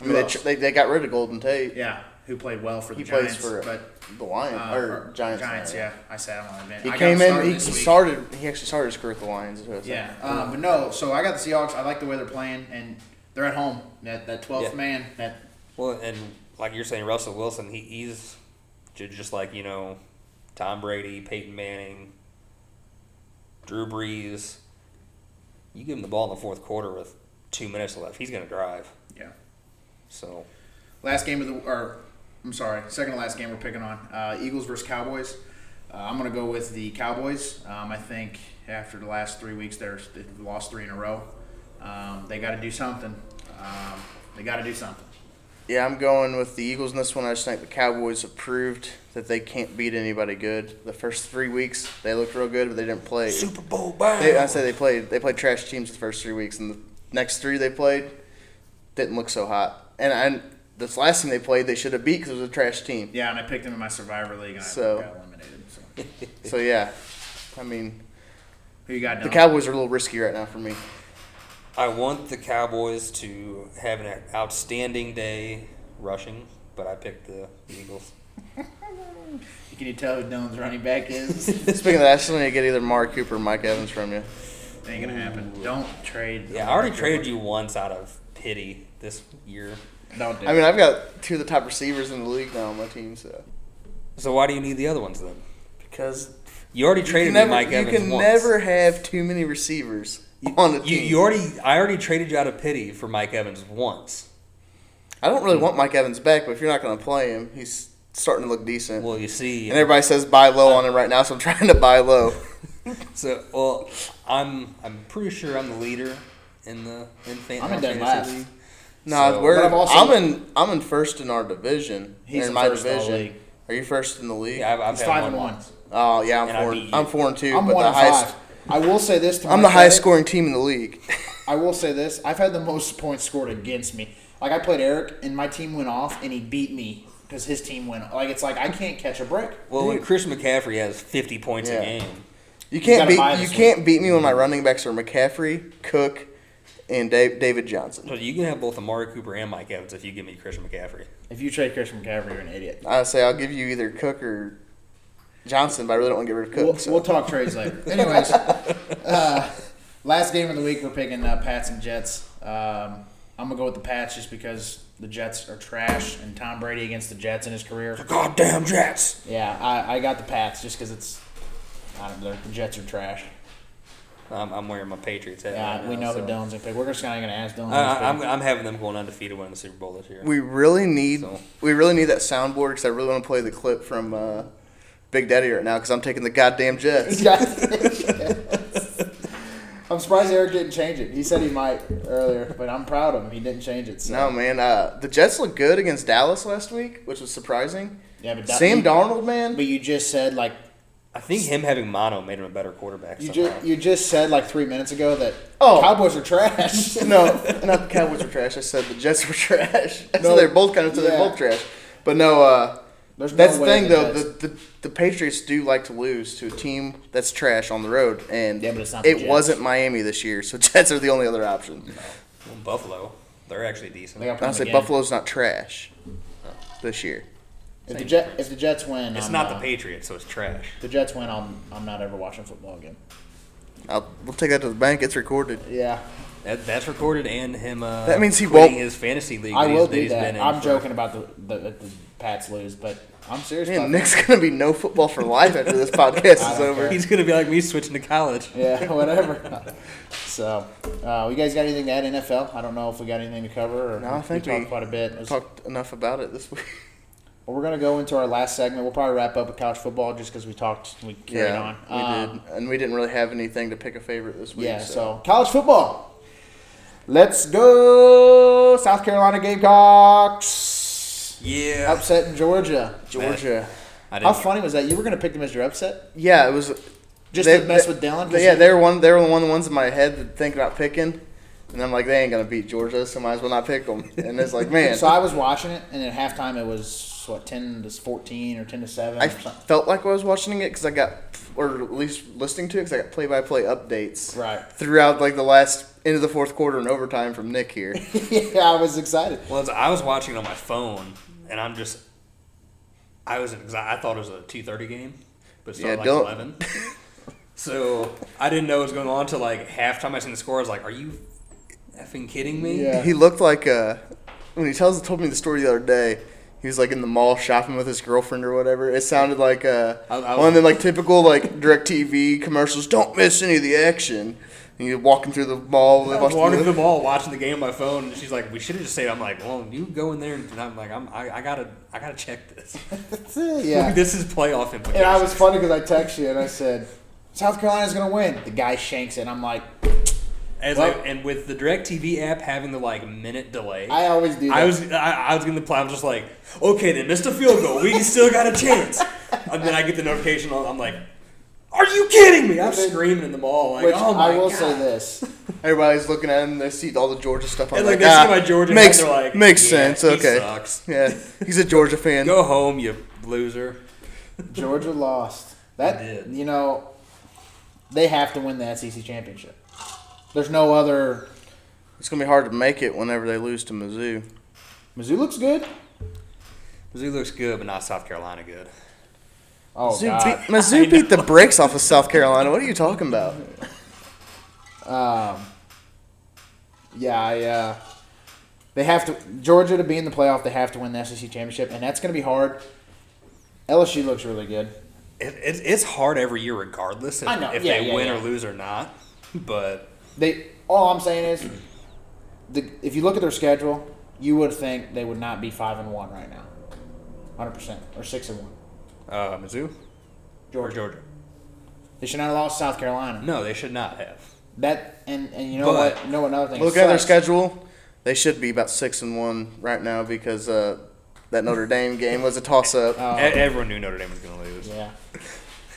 Speaker 6: Who
Speaker 4: they,
Speaker 6: else?
Speaker 4: tr- they, they got rid of Golden Tate.
Speaker 6: yeah, who played well for the
Speaker 4: He plays
Speaker 6: Giants,
Speaker 4: for
Speaker 6: but
Speaker 4: the Lions
Speaker 7: uh,
Speaker 4: or Giants.
Speaker 7: Giants, yeah. I said I want to admit.
Speaker 4: He
Speaker 7: I got
Speaker 4: came
Speaker 7: him
Speaker 4: in. He
Speaker 7: this week.
Speaker 4: started. He actually started his career with the Lions. is what I said.
Speaker 7: Yeah, um, but no. So I got the Seahawks. I like the way they're playing, and they're at home. That that twelfth
Speaker 5: Yeah.
Speaker 7: man. That
Speaker 5: Well, and like you're saying, Russell Wilson, he, he's ju- just like, you know, Tom Brady, Peyton Manning, Drew Brees. You give him the ball in the fourth quarter with two minutes left, he's going to drive.
Speaker 7: yeah.
Speaker 5: So,
Speaker 7: Last game of the or I'm sorry, second to last game we're picking on uh, Eagles versus Cowboys. Uh, I'm gonna go with the Cowboys. Um, I think after the last three weeks, they're, they've lost three in a row. Um, they got to do something. Um, they got to do something.
Speaker 4: Yeah, I'm going with the Eagles in this one. I just think the Cowboys have proved that they can't beat anybody good. The first three weeks they looked real good, but they didn't play. Super Bowl bound. They, I say they played. They played trash teams the first three weeks, and the next three they played didn't look so hot. And and this last team they played, they should have beat because it was a trash team.
Speaker 7: Yeah, and I picked them in my Survivor League, and
Speaker 4: So-
Speaker 7: I got eliminated. So
Speaker 4: So yeah, I mean
Speaker 7: who you got?
Speaker 4: the
Speaker 7: Dylan?
Speaker 4: Cowboys are a little risky right now for me.
Speaker 5: I want the Cowboys to have an outstanding day rushing, but I picked the Eagles.
Speaker 7: Can you tell who Dylan's running back is? it
Speaker 4: Speaking of that, I still need to get either Mark Cooper or Mike Evans from you.
Speaker 7: ain't gonna happen. Don't trade.
Speaker 5: Yeah, I already traded you once out of pity this year.
Speaker 7: Don't do
Speaker 4: I
Speaker 7: it.
Speaker 4: mean, I've got two of the top receivers in the league now on my team, so
Speaker 5: So, why do you need the other ones then?
Speaker 4: because
Speaker 5: You already traded
Speaker 4: you can
Speaker 5: me Mike
Speaker 4: never, you
Speaker 5: Evans
Speaker 4: can
Speaker 5: once.
Speaker 4: never have too many receivers on a team.
Speaker 5: You, you already, I already traded you out of pity for Mike Evans once.
Speaker 4: I don't really want Mike Evans back, but if you're not going to play him, he's starting to look decent.
Speaker 5: Well, you see,
Speaker 4: and everybody says buy low on him right now, so I'm trying to buy low.
Speaker 5: so well, I'm, I'm pretty sure I'm the leader in the in fan,
Speaker 6: I'm in
Speaker 5: our
Speaker 6: dead
Speaker 5: fantasy
Speaker 6: last.
Speaker 5: league.
Speaker 4: No,
Speaker 5: So-
Speaker 4: we're,
Speaker 6: But I've also-
Speaker 4: I'm in I'm in first in our division.
Speaker 6: He's
Speaker 4: in
Speaker 6: in
Speaker 4: my
Speaker 6: first in the
Speaker 4: division.
Speaker 6: league.
Speaker 4: Are you first in the league?
Speaker 5: Yeah, I've, I've
Speaker 7: It's
Speaker 5: had
Speaker 7: five
Speaker 5: one
Speaker 7: and one.
Speaker 4: oh yeah, I'm
Speaker 5: And I
Speaker 4: four.
Speaker 5: beat you.
Speaker 4: I'm four and two.
Speaker 6: I'm
Speaker 4: but
Speaker 6: one
Speaker 4: the
Speaker 6: and
Speaker 4: highest,
Speaker 6: five. I will say this. To
Speaker 4: I'm
Speaker 6: my
Speaker 4: the highest scoring
Speaker 6: credit-
Speaker 4: team in the league.
Speaker 6: I will say this. I've had the most points scored against me. Like I played Eric, and my team went off, and he beat me because his team went. Like it's like I can't catch a break.
Speaker 5: Well, when Christian McCaffrey has 50 points
Speaker 4: Yeah.
Speaker 5: a game,
Speaker 4: You can't
Speaker 6: gotta buy
Speaker 4: beat you
Speaker 6: this one.
Speaker 4: can't beat me when my running backs are McCaffrey, Cook, and Dave, David Johnson.
Speaker 5: so you can have both Amari Cooper and Mike Evans if you give me Christian McCaffrey.
Speaker 6: If you trade Christian McCaffrey, you're an idiot.
Speaker 4: I say I'll give you either Cook or Johnson, but I really don't want to get rid of Cook.
Speaker 6: We'll,
Speaker 4: so.
Speaker 6: we'll talk trades later. Anyways, uh, last game of the week, we're picking uh, Pats and Jets. Um, I'm gonna go with the Pats just because the Jets are trash, and Tom Brady against the Jets in his career.
Speaker 5: Goddamn Jets!
Speaker 6: Yeah, I, I got the Pats just because it's. I don't know. The Jets are trash.
Speaker 5: I'm, I'm wearing my Patriots hat.
Speaker 6: Yeah,
Speaker 5: right
Speaker 6: we
Speaker 5: now,
Speaker 6: know
Speaker 5: so.
Speaker 6: who Dylan's gonna pick. We're just not gonna ask Dylan. who's
Speaker 5: I, I- I'm,
Speaker 6: picking.
Speaker 5: I'm having them going undefeated winning the Super Bowl this year.
Speaker 4: We really need
Speaker 5: So-
Speaker 4: we really need that soundboard because I really want to play the clip from uh, Big Daddy right now because I'm taking the goddamn Jets.
Speaker 6: I'm surprised Eric didn't change it. He said he might earlier, but I'm proud of him. He didn't change it. So.
Speaker 4: no man, uh, the Jets looked good against Dallas last week, which was surprising.
Speaker 6: Yeah, but that-
Speaker 4: Sam
Speaker 6: you-
Speaker 4: Darnold, man,
Speaker 6: But you just said like
Speaker 5: I think him having mono made him a better quarterback.
Speaker 6: you
Speaker 5: somehow.
Speaker 6: just you just said like three minutes ago that
Speaker 4: Oh.
Speaker 6: Cowboys are trash.
Speaker 4: no, not the Cowboys were trash. I said the Jets were trash. so
Speaker 6: No.
Speaker 4: they're both kind of so they're
Speaker 6: Yeah.
Speaker 4: both trash. But no, uh,
Speaker 6: There's no
Speaker 4: that's the
Speaker 6: way
Speaker 4: thing
Speaker 6: the
Speaker 4: though.
Speaker 6: Jets-
Speaker 4: The, the the Patriots do like to lose to a team that's trash on the road, and
Speaker 6: Yeah, but it's not the
Speaker 4: it
Speaker 6: Jets.
Speaker 4: wasn't Miami this year. So Jets are the only other option.
Speaker 5: Well, Buffalo, they're actually decent.
Speaker 6: They got
Speaker 4: I say
Speaker 6: again.
Speaker 4: Buffalo's not trash this year.
Speaker 6: If the, Jet, if the Jets win,
Speaker 5: It's
Speaker 6: I'm,
Speaker 5: not
Speaker 6: uh,
Speaker 5: the Patriots, so it's trash.
Speaker 6: The Jets win. I'm I'm not ever watching football again.
Speaker 4: I'll, we'll take that to the bank. It's recorded.
Speaker 6: Yeah,
Speaker 5: That, that's recorded, and him. Uh,
Speaker 4: That means he
Speaker 5: quitting
Speaker 4: won't-
Speaker 5: his fantasy league.
Speaker 6: I
Speaker 5: that
Speaker 6: will
Speaker 5: he's-
Speaker 6: do
Speaker 5: he's been
Speaker 6: that.
Speaker 5: in
Speaker 6: I'm
Speaker 5: for-
Speaker 6: joking about the the, that the Pats lose, but I'm serious.
Speaker 4: Man,
Speaker 6: about
Speaker 4: Nick's gonna be no football for life after this podcast is
Speaker 6: don't
Speaker 4: over.
Speaker 6: care.
Speaker 5: He's gonna be like me switching to college.
Speaker 6: Yeah, whatever. so, uh, you guys got anything to add NFL? I don't know if we got anything to cover. Or
Speaker 4: No, I think
Speaker 6: we talked
Speaker 4: we
Speaker 6: quite a bit. It
Speaker 4: We
Speaker 6: was-
Speaker 4: talked enough about it this week.
Speaker 6: well, we're gonna go into our last segment. We'll probably wrap up with college football just because we talked, we carried
Speaker 4: yeah,
Speaker 6: on. Um,
Speaker 4: we did, and we didn't really have anything to pick a favorite this week.
Speaker 6: Yeah, so. college football. Let's go, South Carolina Gamecocks.
Speaker 5: Yeah.
Speaker 6: Upset in Georgia.
Speaker 4: Georgia.
Speaker 5: I
Speaker 6: How
Speaker 5: didn't.
Speaker 6: funny was that? You were gonna pick them as your upset,
Speaker 4: Yeah, it was.
Speaker 6: just
Speaker 4: they-
Speaker 6: to mess
Speaker 4: they-
Speaker 6: with Dylan. 'cause
Speaker 4: Yeah,
Speaker 6: you-
Speaker 4: they were one. They were one of the ones in my head that think about picking, and I'm like, they ain't gonna beat Georgia, so might as well not pick them. And it's like, man,
Speaker 6: So I was watching it, and at halftime it was what ten to fourteen or ten to seven.
Speaker 4: I
Speaker 6: or something.
Speaker 4: felt like I was watching it because I got, or at least listening to it because I got play-by-play updates
Speaker 6: Right.
Speaker 4: throughout like the last into the fourth quarter and overtime from Nick here.
Speaker 6: yeah, I was excited.
Speaker 5: Well, it's- I was watching it on my phone, and I'm just. I was because I I thought it was a two thirty game, but it
Speaker 4: Yeah,
Speaker 5: started
Speaker 4: don't-
Speaker 5: like eleven. so I didn't know what was going on till like halftime. I seen the score. I was like, "Are you effing kidding me?"
Speaker 6: Yeah.
Speaker 4: He looked like uh when he tells told me the story the other day. He was like in the mall shopping with his girlfriend or whatever. It sounded like uh,
Speaker 5: I- I was-
Speaker 4: one of them like typical like Directv commercials. Don't miss any of the action. And you're walking through the mall.
Speaker 5: I was walking through the mall, watching the game on my phone, and she's like, "We should have just said." I'm like, "Well, you go in there," and I'm like, "I'm I, I gotta I gotta check this.
Speaker 6: yeah.
Speaker 5: this is playoff implications."
Speaker 6: And I was funny because I texted you and I said, South Carolina's going to win. The guy shanks it. I'm like,
Speaker 5: As
Speaker 6: Well-
Speaker 5: I, and with the DirecTV app having the like minute delay,
Speaker 6: I always do that.
Speaker 5: I was I, I was getting the plan. I was just like, okay, then missed a field goal. We still got a chance. and then I get the notification. on- I'm like, are you kidding me? I'm screaming in the mall. Like,
Speaker 6: Which
Speaker 5: oh my
Speaker 6: I will
Speaker 5: god.
Speaker 6: say this.
Speaker 4: Everybody's looking at him. They see all the Georgia stuff. on
Speaker 5: And, like, they see my Georgia hat,
Speaker 4: makes
Speaker 5: they're like,
Speaker 4: makes
Speaker 5: "Yeah,
Speaker 4: sense.
Speaker 5: he
Speaker 4: Okay,
Speaker 5: sucks."
Speaker 4: yeah, he's a Georgia fan.
Speaker 5: Go home, you loser.
Speaker 6: Georgia lost. That
Speaker 5: They did.
Speaker 6: you know, they have to win the SEC championship. There's no other.
Speaker 4: It's gonna be hard to make it whenever they lose to Mizzou.
Speaker 6: Mizzou looks good.
Speaker 5: Mizzou looks good, but not South Carolina good.
Speaker 6: Oh
Speaker 5: Ah,
Speaker 4: Mizzou,
Speaker 6: God.
Speaker 4: beat, Mizzou beat the brakes off of South Carolina. What are you talking about?
Speaker 6: Yeah, I, uh, they have to Georgia to be in the playoff. They have to win the SEC championship, and that's going to be hard. LSU looks really good.
Speaker 5: It, it's it's hard every year, regardless if,
Speaker 6: I know.
Speaker 5: if
Speaker 6: Yeah,
Speaker 5: they
Speaker 6: yeah,
Speaker 5: win
Speaker 6: yeah.
Speaker 5: or lose or not. But
Speaker 6: They all I'm saying is, the, if you look at their schedule, you would think they would not be five and one right now, hundred percent or six and one.
Speaker 5: uh, Mizzou or Georgia?
Speaker 6: They should not have lost South Carolina.
Speaker 5: No, they should not have.
Speaker 6: That and, and you know
Speaker 5: But-
Speaker 6: what? You know what another thing.
Speaker 4: Look at their
Speaker 6: sucks?
Speaker 4: schedule. They should be about six and one right now because uh, that Notre Dame game was a toss up.
Speaker 6: Uh.
Speaker 5: E- everyone knew Notre Dame was going to lose.
Speaker 6: Oh. Yeah.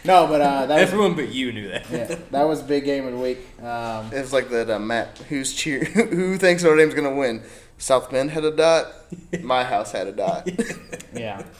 Speaker 6: No, but uh, that was
Speaker 5: Everyone but you knew that.
Speaker 6: yeah, that was big game of the week. Um,
Speaker 4: it was like that uh, Matt who's cheer who thinks Notre Dame's gonna win. South Bend had a dot. My house had a dot.
Speaker 6: yeah.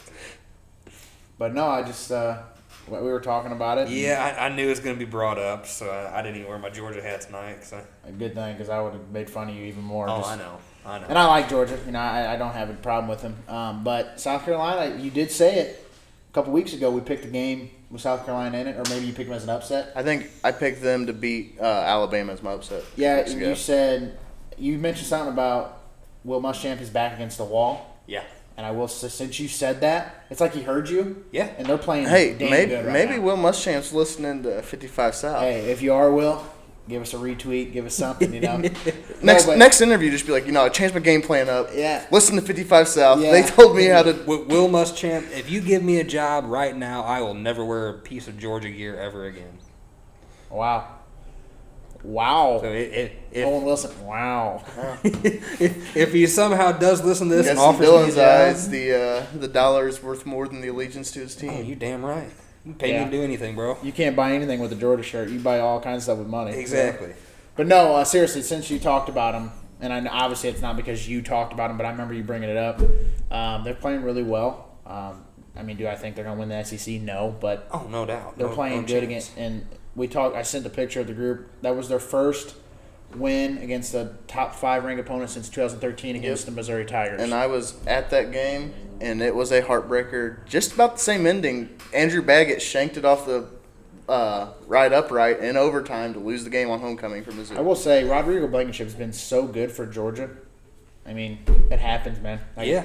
Speaker 6: But no, I just uh, we we were talking about it.
Speaker 5: Yeah, I, I knew it was going to be brought up, so I, I didn't even wear my Georgia hat tonight. 'cause I,
Speaker 6: A good thing because I would have made fun of you even more.
Speaker 5: oh,
Speaker 6: just-
Speaker 5: I know, I know.
Speaker 6: And I like Georgia. You know, I, I don't have a problem with them. Um, but South Carolina, you did say it a couple weeks ago. We picked a game with South Carolina in it, or maybe you picked them as an upset.
Speaker 4: I think I picked them to beat uh, Alabama as my upset.
Speaker 6: Yeah,
Speaker 4: Weeks
Speaker 6: and
Speaker 4: ago.
Speaker 6: you said you mentioned something about Will Muschamp is back against the wall,
Speaker 5: yeah,
Speaker 6: and I will s- since you said that, it's like he heard you.
Speaker 5: Yeah.
Speaker 6: and they're playing.
Speaker 4: Hey,
Speaker 6: damn
Speaker 4: maybe
Speaker 6: good right
Speaker 4: maybe
Speaker 6: now.
Speaker 4: Will Muschamp's listening to 55 South.
Speaker 6: Hey, if you are Will, give us a retweet, give us something, you know. No,
Speaker 4: next
Speaker 6: but-
Speaker 4: next interview, just be like, you know, I changed my game plan up.
Speaker 6: Yeah.
Speaker 4: Listen to 55 South.
Speaker 6: Yeah.
Speaker 4: They told me how to.
Speaker 5: Wi- Will Muschamp, if you give me a job right now, I will never wear a piece of Georgia gear ever again.
Speaker 6: Wow.
Speaker 5: So
Speaker 6: Wow.
Speaker 5: it, it,
Speaker 6: Owen
Speaker 5: if,
Speaker 6: Wilson. Wow.
Speaker 5: if if he somehow does listen to this
Speaker 4: Yes,
Speaker 5: and
Speaker 4: in
Speaker 5: offers
Speaker 4: Dylan's
Speaker 5: me a
Speaker 4: eyes,
Speaker 5: job,
Speaker 4: the uh, the dollar is worth more than the allegiance to his
Speaker 5: oh,
Speaker 4: team.
Speaker 5: you damn right. You Pay
Speaker 6: Yeah.
Speaker 5: me to do anything, bro.
Speaker 6: You can't buy anything with a Georgia shirt. You buy all kinds of stuff with money.
Speaker 5: Exactly.
Speaker 6: But no, uh, seriously, since you talked about them, and I know, obviously it's not because you talked about them, but I remember you bringing it up. Um, they're playing really well. Um, I mean, do I think they're going to win the SEC? No, but
Speaker 5: Oh, no doubt.
Speaker 6: they're
Speaker 5: No-
Speaker 6: playing
Speaker 5: no
Speaker 6: good
Speaker 5: chance.
Speaker 6: against. And we talked. I sent a picture of the group. That was their first win against the top five ranked opponent since 2013 against the Missouri Tigers.
Speaker 4: And I was at that game, and it was a heartbreaker. Just about the same ending. Andrew Baggett shanked it off the uh, right upright in overtime to lose the game on homecoming for Missouri.
Speaker 6: I will say Rodrigo Blankenship's been so good for Georgia. I mean, it happens, man. Like,
Speaker 5: Yeah.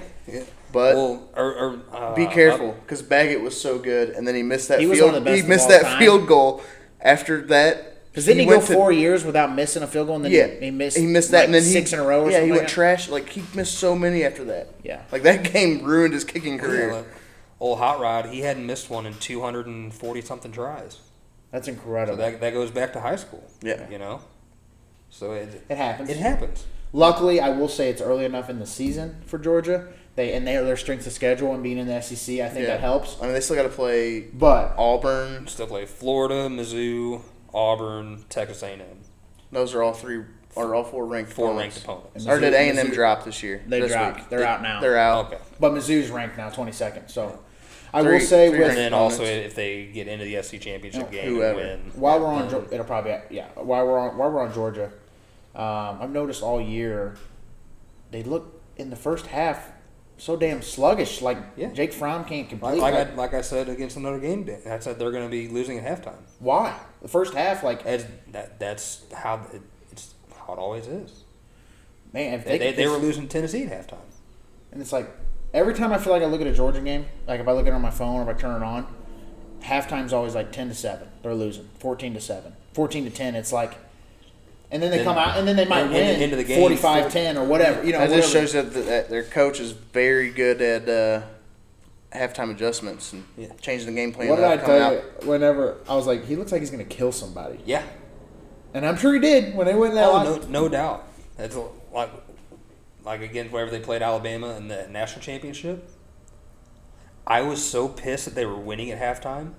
Speaker 4: but
Speaker 5: well, or, or, uh,
Speaker 4: be careful, because Baggett was so good, and then he missed that
Speaker 6: He was
Speaker 4: field.
Speaker 6: one of the best
Speaker 4: he
Speaker 6: of
Speaker 4: missed
Speaker 6: all
Speaker 4: that
Speaker 6: time.
Speaker 4: field goal. After that,
Speaker 6: Because didn't he, go
Speaker 4: went to-
Speaker 6: four years without missing a field goal, and then
Speaker 4: Yeah,
Speaker 6: he, he missed
Speaker 4: that,
Speaker 6: like,
Speaker 4: and then he-
Speaker 6: six in a row. Or
Speaker 4: yeah,
Speaker 6: something
Speaker 4: he
Speaker 6: like
Speaker 4: went
Speaker 6: that?
Speaker 4: trash. Like he missed so many after that.
Speaker 6: Yeah.
Speaker 4: like that game ruined his kicking
Speaker 5: yeah,
Speaker 4: career.
Speaker 5: look, old Hot Rod, he hadn't missed one in 240 something tries.
Speaker 6: That's
Speaker 5: So
Speaker 6: incredible.
Speaker 5: that, that goes back to high school.
Speaker 4: Yeah.
Speaker 5: You know? So it,
Speaker 6: it happens.
Speaker 5: it happens.
Speaker 6: Luckily, I will say it's early enough in the season for Georgia. They and they are their strengths of schedule and being in the SEC. I think that helps.
Speaker 4: I mean, they still got to play
Speaker 6: But
Speaker 4: Auburn.
Speaker 5: Still play Florida, Mizzou, Auburn, Texas A&M.
Speaker 4: Those are all three or all four ranked
Speaker 5: Four ranked
Speaker 4: opponents.
Speaker 5: opponents.
Speaker 4: Or did
Speaker 6: Mizzou-
Speaker 4: A and M
Speaker 6: Mizzou-
Speaker 4: drop this year?
Speaker 6: They
Speaker 4: this
Speaker 6: dropped. They're
Speaker 4: They-
Speaker 6: out now.
Speaker 4: They're out.
Speaker 5: Okay.
Speaker 6: but Mizzou's ranked now twenty second. So I
Speaker 4: Three-
Speaker 6: will say
Speaker 4: three
Speaker 6: with
Speaker 5: And then
Speaker 4: Opponents.
Speaker 5: also, if they get into the SC championship game,
Speaker 4: Whoever.
Speaker 5: and win.
Speaker 6: While we're on, Geor- it'll probably yeah. While we're on, while we're on Georgia, um, I've noticed all year they look in the first half
Speaker 8: so damn sluggish. Like
Speaker 5: Yeah.
Speaker 8: Jake Fromm can't complete.
Speaker 5: Like, like,
Speaker 8: like,
Speaker 5: I, like I said against another game, day, I said they're going to be losing at halftime.
Speaker 8: why? The first half, like
Speaker 5: As that that's how it, it's how it always is.
Speaker 8: man, if
Speaker 5: They,
Speaker 8: they,
Speaker 5: they, they were losing Tennessee at halftime.
Speaker 8: and it's like every time I feel like I look at a Georgia game, like if I look at it on my phone or if I turn it on, halftime's always like ten to seven. They're losing fourteen to seven, 14 to ten. It's like. And then they
Speaker 5: Then-
Speaker 8: come out, and then they might
Speaker 5: End-
Speaker 8: win
Speaker 5: end of the game,
Speaker 8: 45-10 or whatever. You know,
Speaker 4: That just
Speaker 8: whatever.
Speaker 4: shows that, that their coach is very good at uh, halftime adjustments and
Speaker 5: Yeah.
Speaker 4: changing the game plan.
Speaker 8: What did I
Speaker 4: without coming
Speaker 8: tell you?
Speaker 4: out.
Speaker 8: Whenever I was like, he looks like he's gonna kill somebody,
Speaker 5: Yeah.
Speaker 8: and I'm sure he did when they went that.
Speaker 5: Oh,
Speaker 8: line.
Speaker 5: no, no doubt. That's a- like like again whenever they played Alabama in the national championship. I was so pissed that they were winning at halftime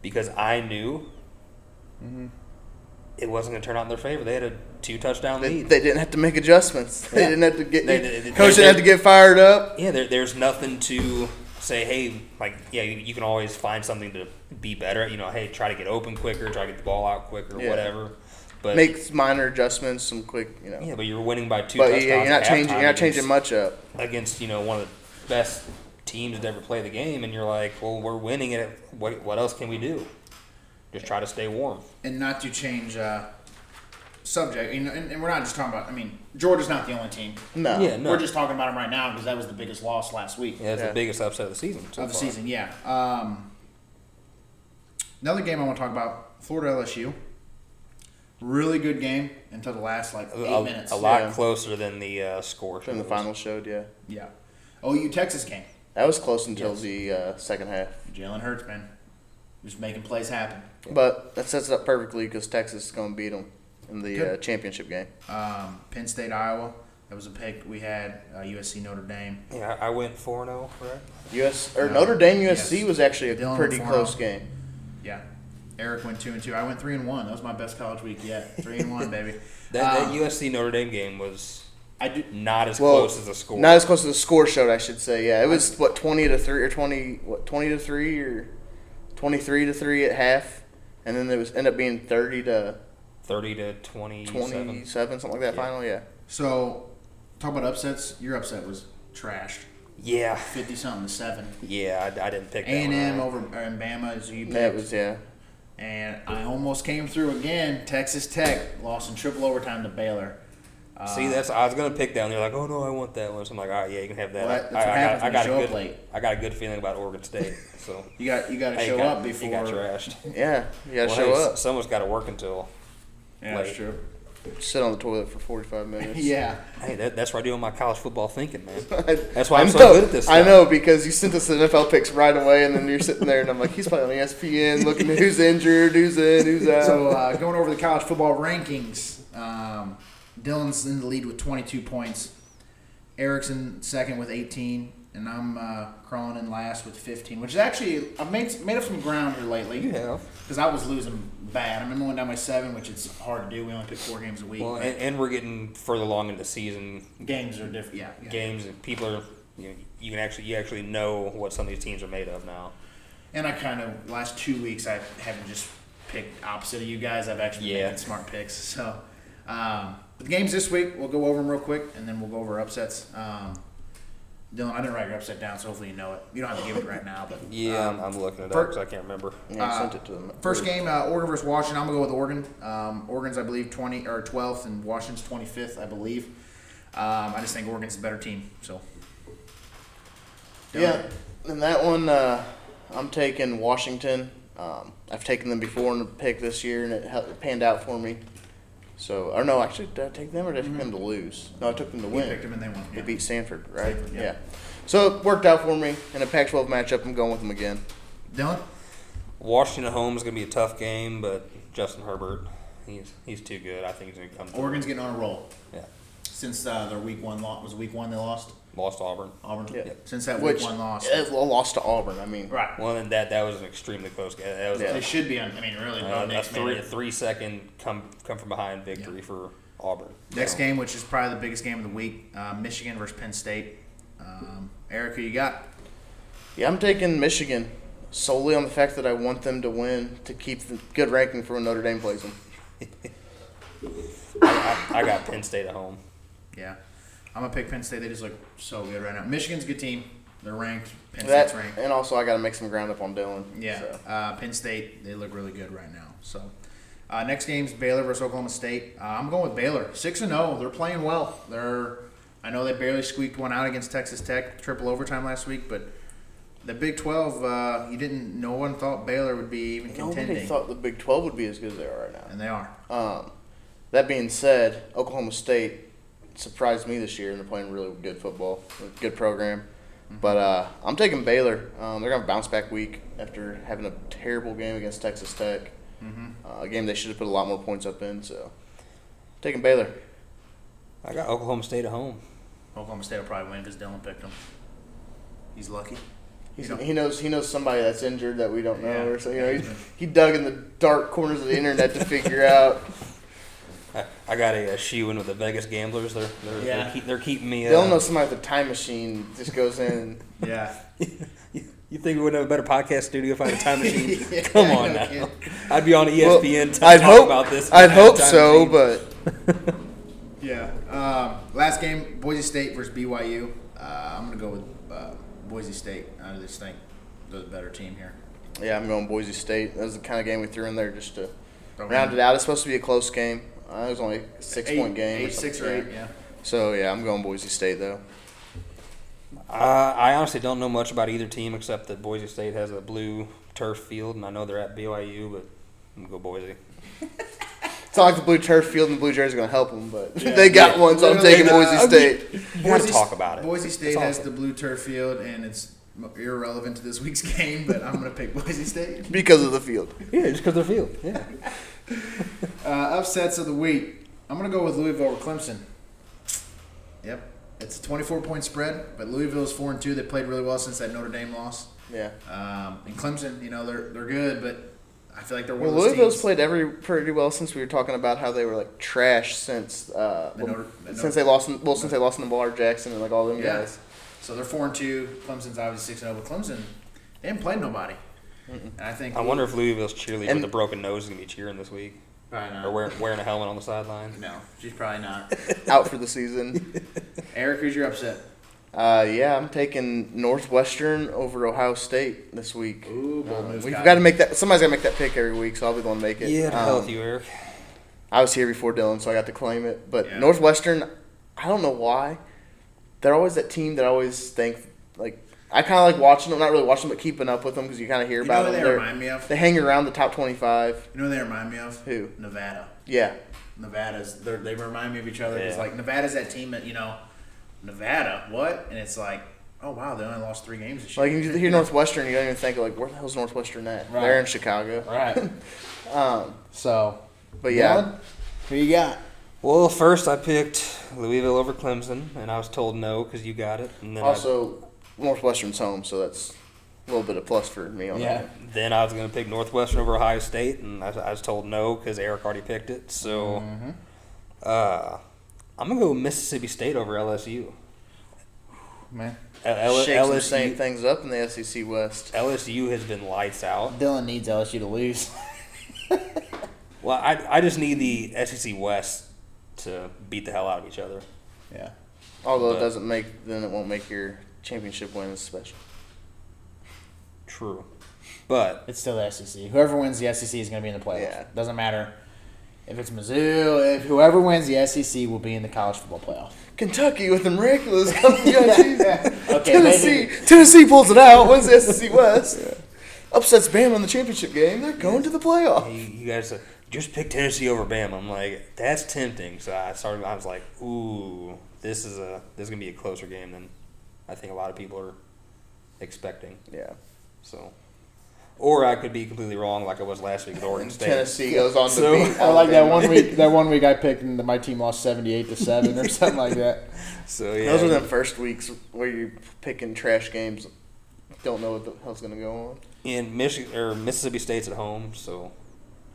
Speaker 5: because I knew
Speaker 4: Mm-hmm.
Speaker 5: it wasn't going to turn out in their favor. They had a two touchdown
Speaker 4: They,
Speaker 5: lead.
Speaker 4: they didn't have to make adjustments. They
Speaker 5: Yeah.
Speaker 4: didn't have to get
Speaker 5: They- they- they-
Speaker 4: coach
Speaker 5: they-
Speaker 4: didn't have to get fired up.
Speaker 5: yeah, there, there's nothing to say. Hey, like yeah, you, you can always find something to be better at. You know, hey, try to get open quicker, try to get the ball out quicker,
Speaker 4: Yeah.
Speaker 5: whatever. But
Speaker 4: Make minor adjustments, some quick, you know.
Speaker 5: yeah, but you're winning by two.
Speaker 4: but
Speaker 5: touchdowns
Speaker 4: yeah, you're not
Speaker 5: at
Speaker 4: changing. You're
Speaker 5: halftime
Speaker 4: not changing
Speaker 5: against-
Speaker 4: much up.
Speaker 5: against you know one of the best teams to ever play the game, and you're like, well, we're winning it. What what else can we do? Just try to stay warm.
Speaker 6: and not to change uh, subject, and, and, and we're not just talking about. I mean, Georgia's not the only team.
Speaker 4: No.
Speaker 5: yeah, no,
Speaker 6: We're just talking about them right now because that was the biggest loss last week
Speaker 5: Um, yeah, it's
Speaker 4: yeah.
Speaker 5: the biggest upset of the season. So
Speaker 6: of the
Speaker 5: far.
Speaker 6: season. Yeah. Um, another game I want to talk about: Florida LSU. Really good game until the last like
Speaker 5: A,
Speaker 6: eight
Speaker 5: a-
Speaker 6: minutes.
Speaker 5: a lot
Speaker 4: yeah.
Speaker 5: closer than the uh, score.
Speaker 4: From the
Speaker 5: shows.
Speaker 4: final showed, yeah,
Speaker 6: Yeah. OU Texas game.
Speaker 4: that was close until the uh, second half.
Speaker 6: Jalen Hurts, man, just making plays happen.
Speaker 4: But that sets it up perfectly because Texas is going to beat them in the uh, championship game.
Speaker 6: Um, Penn State, Iowa. That was a pick we had. Uh, USC, Notre Dame.
Speaker 5: Yeah, I I went four oh, zero. Right.
Speaker 6: Ah.
Speaker 4: U.S. or Notre Dame
Speaker 6: Yes.
Speaker 4: USC was actually a
Speaker 6: Dylan
Speaker 4: pretty
Speaker 6: Forno.
Speaker 4: close game.
Speaker 6: Yeah. Eric went two and two. I went three and one. That was my best college week yet. Three and one, baby.
Speaker 5: That,
Speaker 6: Um,
Speaker 5: that USC Notre Dame game was
Speaker 6: I do.
Speaker 5: not as
Speaker 4: Well,
Speaker 5: close as the score.
Speaker 4: Not as close as the score showed, I should say. Yeah, it was what twenty to three or twenty what twenty to three or twenty three to three at half, and then it was end up being thirty to
Speaker 5: Thirty to twenty
Speaker 4: twenty
Speaker 5: seven.
Speaker 4: seven something like that.
Speaker 5: Yeah.
Speaker 4: Final, yeah.
Speaker 6: So, talk about upsets. Your upset was trashed.
Speaker 5: Yeah,
Speaker 6: Fifty something to seven.
Speaker 5: yeah, I, I didn't pick
Speaker 6: A
Speaker 5: that
Speaker 6: and M
Speaker 5: one.
Speaker 6: over or in Bama is who you
Speaker 4: That
Speaker 6: picked.
Speaker 4: was yeah.
Speaker 6: and I almost came through again. Texas Tech lost in triple overtime to Baylor. Uh.
Speaker 5: See, that's I was gonna pick that, and they're like, "Oh no, I want that one." So I'm like, "All right, yeah, you can have that."
Speaker 6: Well, that's
Speaker 5: I,
Speaker 6: what
Speaker 5: I,
Speaker 6: happens
Speaker 5: got, I
Speaker 6: when
Speaker 5: got
Speaker 6: you show
Speaker 5: a
Speaker 6: up
Speaker 5: good,
Speaker 6: late.
Speaker 5: I got a good feeling about Oregon State. So
Speaker 6: You got you got to
Speaker 5: Hey,
Speaker 6: show
Speaker 5: got-
Speaker 6: up before.
Speaker 5: He got trashed.
Speaker 4: Yeah, you gotta
Speaker 5: Well,
Speaker 4: show
Speaker 5: hey,
Speaker 4: up.
Speaker 5: s- Someone's got to work until.
Speaker 6: yeah, that's
Speaker 5: late.
Speaker 6: true.
Speaker 4: Sit on the toilet for forty five minutes.
Speaker 6: Yeah.
Speaker 5: Hey, that, that's why I do all my college football thinking, man.
Speaker 4: I-
Speaker 5: That's why I'm
Speaker 4: I
Speaker 5: so
Speaker 4: know-
Speaker 5: good at this
Speaker 4: I
Speaker 5: stuff.
Speaker 4: know because you sent us the NFL picks right away, and then you're sitting there, and I'm like, he's probably on E ESPN looking at who's injured, who's in, who's out.
Speaker 6: So uh, going over the college football rankings, um, Dylan's in the lead with 22 points. Erickson second with 18, and I'm uh, crawling in last with 15, which is actually I've made made up some ground here lately.
Speaker 5: You have.
Speaker 6: because I was losing bad. I remember going down by seven, which is hard to do. We only pick four games a week.
Speaker 5: Well,
Speaker 6: but
Speaker 5: and, and we're getting further along in the season.
Speaker 6: games are different. Yeah, yeah.
Speaker 5: Games and people are. You, know, you can actually you actually know what some of these teams are made of now.
Speaker 6: And I kind of last two weeks I haven't just picked opposite of you guys. I've actually been
Speaker 5: Yeah.
Speaker 6: making smart picks. So um, but the games this week, we'll go over them real quick, and then we'll go over upsets. Um, Dylan, I didn't write your upset down, so hopefully you know it. You don't have to give it right now, but
Speaker 5: Yeah, Um, I'm, I'm looking it up
Speaker 6: fir-
Speaker 5: 'cause I can't remember.
Speaker 4: Yeah, you sent it to them.
Speaker 6: First game, uh, Oregon versus Washington. I'm gonna go with Oregon. Um, Oregon's, I believe, 20 or 12th, and Washington's 25th, I believe. Um, I just think Oregon's the better team. So
Speaker 4: Yeah, and that one, uh, I'm taking Washington. Um, I've taken them before in the pick this year, and it, hel- it panned out for me. So, or no, actually, did I take them or did I take them to lose? No, I took them to
Speaker 6: we
Speaker 4: win.
Speaker 6: Mm-hmm. picked them and they won.
Speaker 4: They
Speaker 6: Yeah.
Speaker 4: beat Sanford, right?
Speaker 6: Sanford, yeah.
Speaker 4: yeah. So it worked out for me in a Pac-12 matchup. I'm going with them again.
Speaker 6: Dylan,
Speaker 5: Washington at home is going to be a tough game, but Justin Herbert, he's he's too good. I think he's going to come. through.
Speaker 6: Oregon's getting on a roll
Speaker 5: Yeah,
Speaker 6: since uh, their week one loss was it week one they lost.
Speaker 5: lost Auburn.
Speaker 6: Auburn.
Speaker 4: Yeah.
Speaker 6: Since that week
Speaker 4: Which
Speaker 6: one loss.
Speaker 4: eh, well, lost to Auburn. I mean,
Speaker 6: Right.
Speaker 5: Well, and that that was an extremely close game. That was
Speaker 4: Yeah.
Speaker 6: They should be on. I mean, really.
Speaker 5: a,
Speaker 6: no
Speaker 5: a, a
Speaker 6: next
Speaker 5: Uh, three a
Speaker 6: minute.
Speaker 5: three second come come from behind victory for Auburn.
Speaker 6: Next
Speaker 5: So-
Speaker 6: game, which is probably the biggest game of the week, uh, Michigan versus Penn State. Um, Eric, who you got?
Speaker 4: Yeah, I'm taking Michigan solely on the fact that I want them to win to keep the good ranking for when Notre Dame plays them.
Speaker 5: I, I got Penn State at home.
Speaker 6: Yeah. I'm gonna pick Penn State. They just look so good right now. Michigan's a good team. They're ranked. Penn
Speaker 4: That,
Speaker 6: State's ranked.
Speaker 4: and also, I got to make some ground up on Dylan.
Speaker 6: Yeah.
Speaker 4: so.
Speaker 6: Uh, Penn State. They look really good right now. So. Uh, next game's Baylor versus Oklahoma State. Uh, I'm going with Baylor. Six and zero. They're playing well. They're. I know they barely squeaked one out against Texas Tech, triple overtime last week, but the Big Twelve. Uh, you didn't. No one thought Baylor would be even
Speaker 4: Nobody
Speaker 6: contending,
Speaker 4: thought the Big 12 would be as good as they are right now.
Speaker 6: and they are.
Speaker 4: Um, that being said, Oklahoma State surprised me this year, and they're playing really good football, a good program.
Speaker 5: Mm-hmm.
Speaker 4: But uh, I'm taking Baylor. Um, they're going to bounce back week after having a terrible game against Texas Tech,
Speaker 5: Mm-hmm.
Speaker 4: uh, a game they should have put a lot more points up in. So, taking Baylor.
Speaker 5: I got Oklahoma State at home.
Speaker 6: Oklahoma State will probably win because Dylan picked them. He's lucky.
Speaker 4: He's,
Speaker 6: You know.
Speaker 4: he knows he knows somebody that's injured that we don't know,
Speaker 6: Yeah.
Speaker 4: or so you know he's, he dug in the dark corners of the internet to figure out.
Speaker 5: I, I got a, a shoe in with the Vegas Gamblers. They're they're,
Speaker 6: Yeah.
Speaker 5: they're, keep, they're keeping me.
Speaker 4: They'll know
Speaker 5: Uh,
Speaker 4: somebody with a time machine just goes in.
Speaker 6: Yeah.
Speaker 5: you, you think we would have a better podcast studio if I had a time machine? Come on
Speaker 6: no
Speaker 5: now,
Speaker 6: kidding.
Speaker 5: I'd be on E
Speaker 4: Well,
Speaker 5: ESPN. to
Speaker 4: I'd
Speaker 5: talk
Speaker 4: hope
Speaker 5: about this.
Speaker 4: I'd hope
Speaker 5: Time
Speaker 4: so,
Speaker 5: machine.
Speaker 4: but
Speaker 6: Yeah. Um, last game, Boise State versus BYU. Uh, I'm gonna go with uh, Boise State. I just think they're the better team here.
Speaker 4: Yeah, I'm going Boise State. That was the kind of game we threw in there just to
Speaker 6: Okay.
Speaker 4: round it out. It's supposed to be a close game. Uh, it was only a six point game.
Speaker 6: Eight, six or eight.
Speaker 4: something.
Speaker 6: Yeah.
Speaker 4: So yeah, I'm going Boise State though.
Speaker 5: Uh, I honestly don't know much about either team except that Boise State has a blue turf field, and I know they're at BYU, but I'm gonna go Boise.
Speaker 4: It's not like the blue turf field and the blue jersey going to help them, but they got one, so I'm
Speaker 6: Literally,
Speaker 4: taking Boise
Speaker 5: uh,
Speaker 4: State.
Speaker 5: You want to talk about it?
Speaker 6: Boise
Speaker 5: It's
Speaker 6: State has
Speaker 5: awesome.
Speaker 6: the blue turf field, and it's irrelevant to this week's game. But I'm gonna pick Boise State.
Speaker 4: Because of the field,
Speaker 5: yeah, just because they're field. Yeah.
Speaker 6: Uh, upsets of the week. I'm gonna go with Louisville or Clemson. Yep. It's a 24 point spread, but Louisville's four and two. They played really well since that Notre Dame loss.
Speaker 4: yeah.
Speaker 6: Um, and Clemson, you know, they're they're good, but I feel like they're one
Speaker 4: Well,
Speaker 6: of those
Speaker 4: Louisville's
Speaker 6: teams.
Speaker 4: played every pretty well since we were talking about how they were like trash since uh,
Speaker 6: The Notre- the Notre-
Speaker 4: since they lost in, well since they lost in the Ballard Jackson and like all them
Speaker 6: Yeah.
Speaker 4: guys.
Speaker 6: So they're four and two. Clemson's obviously six and zero, but Clemson they haven't played nobody. And I think
Speaker 5: I wonder if Louisville's cheerleader
Speaker 4: And-
Speaker 5: with a broken nose is gonna be cheering this week,
Speaker 6: probably not.
Speaker 5: or wearing, wearing a helmet on the sideline.
Speaker 6: no, she's probably not.
Speaker 4: Out for the season.
Speaker 6: Eric, who's your upset?
Speaker 4: Uh, yeah, I'm taking Northwestern over Ohio State this week.
Speaker 6: Ooh, bold move.
Speaker 4: Um, We've
Speaker 6: Scott.
Speaker 4: got to make that. Somebody's got to make that pick every week, so I'll be the one to make it.
Speaker 5: Yeah, to hell
Speaker 4: Um,
Speaker 5: with you, Eric.
Speaker 4: I was here before Dylan, so I got to claim it. But
Speaker 6: Yeah.
Speaker 4: Northwestern, I don't know why. They're always that team that I always think like I kind of like watching them. Not really watching them, but keeping up with them because you kind of hear
Speaker 6: You know
Speaker 4: about
Speaker 6: who
Speaker 4: them.
Speaker 6: they
Speaker 4: They're-
Speaker 6: remind me of?
Speaker 4: They hang around the top twenty-five.
Speaker 6: You know who they remind me of
Speaker 4: Who?
Speaker 6: Nevada.
Speaker 4: Yeah,
Speaker 6: Nevada's they're, they remind me of each other. It's
Speaker 5: Yeah.
Speaker 6: like Nevada's that team that you know, Nevada what? And it's like, oh wow, they only lost three games this year.
Speaker 4: like you hear Northwestern, you don't even think like where the hell's Northwestern at?
Speaker 9: Right.
Speaker 4: They're in Chicago.
Speaker 9: Right. Um, so,
Speaker 4: But yeah,
Speaker 9: Dylan, who you got?
Speaker 5: Well, first I picked Louisville over Clemson, and I was told no because you got it. And then I-
Speaker 4: also Northwestern's home, so that's a little bit of plus for me on
Speaker 9: Yeah.
Speaker 4: that.
Speaker 5: Then I was going to pick Northwestern over Ohio State, and I, I was told no because Eric already picked it. So
Speaker 4: Mm-hmm.
Speaker 5: uh, I'm going to go Mississippi State over LSU.
Speaker 9: Man,
Speaker 5: L-
Speaker 4: Shake some same
Speaker 5: LSU,
Speaker 4: things up in the SEC West.
Speaker 5: LSU has been lights out.
Speaker 9: Dylan needs LSU to lose.
Speaker 5: Well, I, I just need the SEC West to beat the hell out of each other.
Speaker 9: yeah.
Speaker 4: Although it
Speaker 5: But-
Speaker 4: doesn't make, then it won't make your championship win as special.
Speaker 5: True. But
Speaker 9: It's still the SEC. Whoever wins the SEC is going to be in the playoffs.
Speaker 4: Yeah.
Speaker 9: Doesn't matter if it's Mizzou. If whoever wins the SEC will be in the college football playoff.
Speaker 4: Kentucky with the miraculous coming yeah, geez.
Speaker 9: Okay,
Speaker 4: Tennessee, Tennessee pulls it out. Wins the SEC West. Upsets Bama in the championship game. They're going to the playoff.
Speaker 5: you, you guys uh, just pick Tennessee over Bama. I'm like, that's tempting. So I started. I was like, ooh, this is a this is gonna be a closer game than I think a lot of people are expecting.
Speaker 4: Yeah.
Speaker 5: So, or I could be completely wrong, like I was last week with Oregon
Speaker 4: And
Speaker 5: State.
Speaker 4: Tennessee goes on to
Speaker 5: So-
Speaker 4: beat.
Speaker 9: I
Speaker 6: Oh,
Speaker 9: like that
Speaker 4: Alabama.
Speaker 9: one week. That one week I picked and my team lost seventy-eight to seven or something like that.
Speaker 5: So yeah,
Speaker 4: Those are the first weeks where you're picking trash games. Don't know what the hell's going to go on.
Speaker 5: in Michigan or Mississippi State's at home, so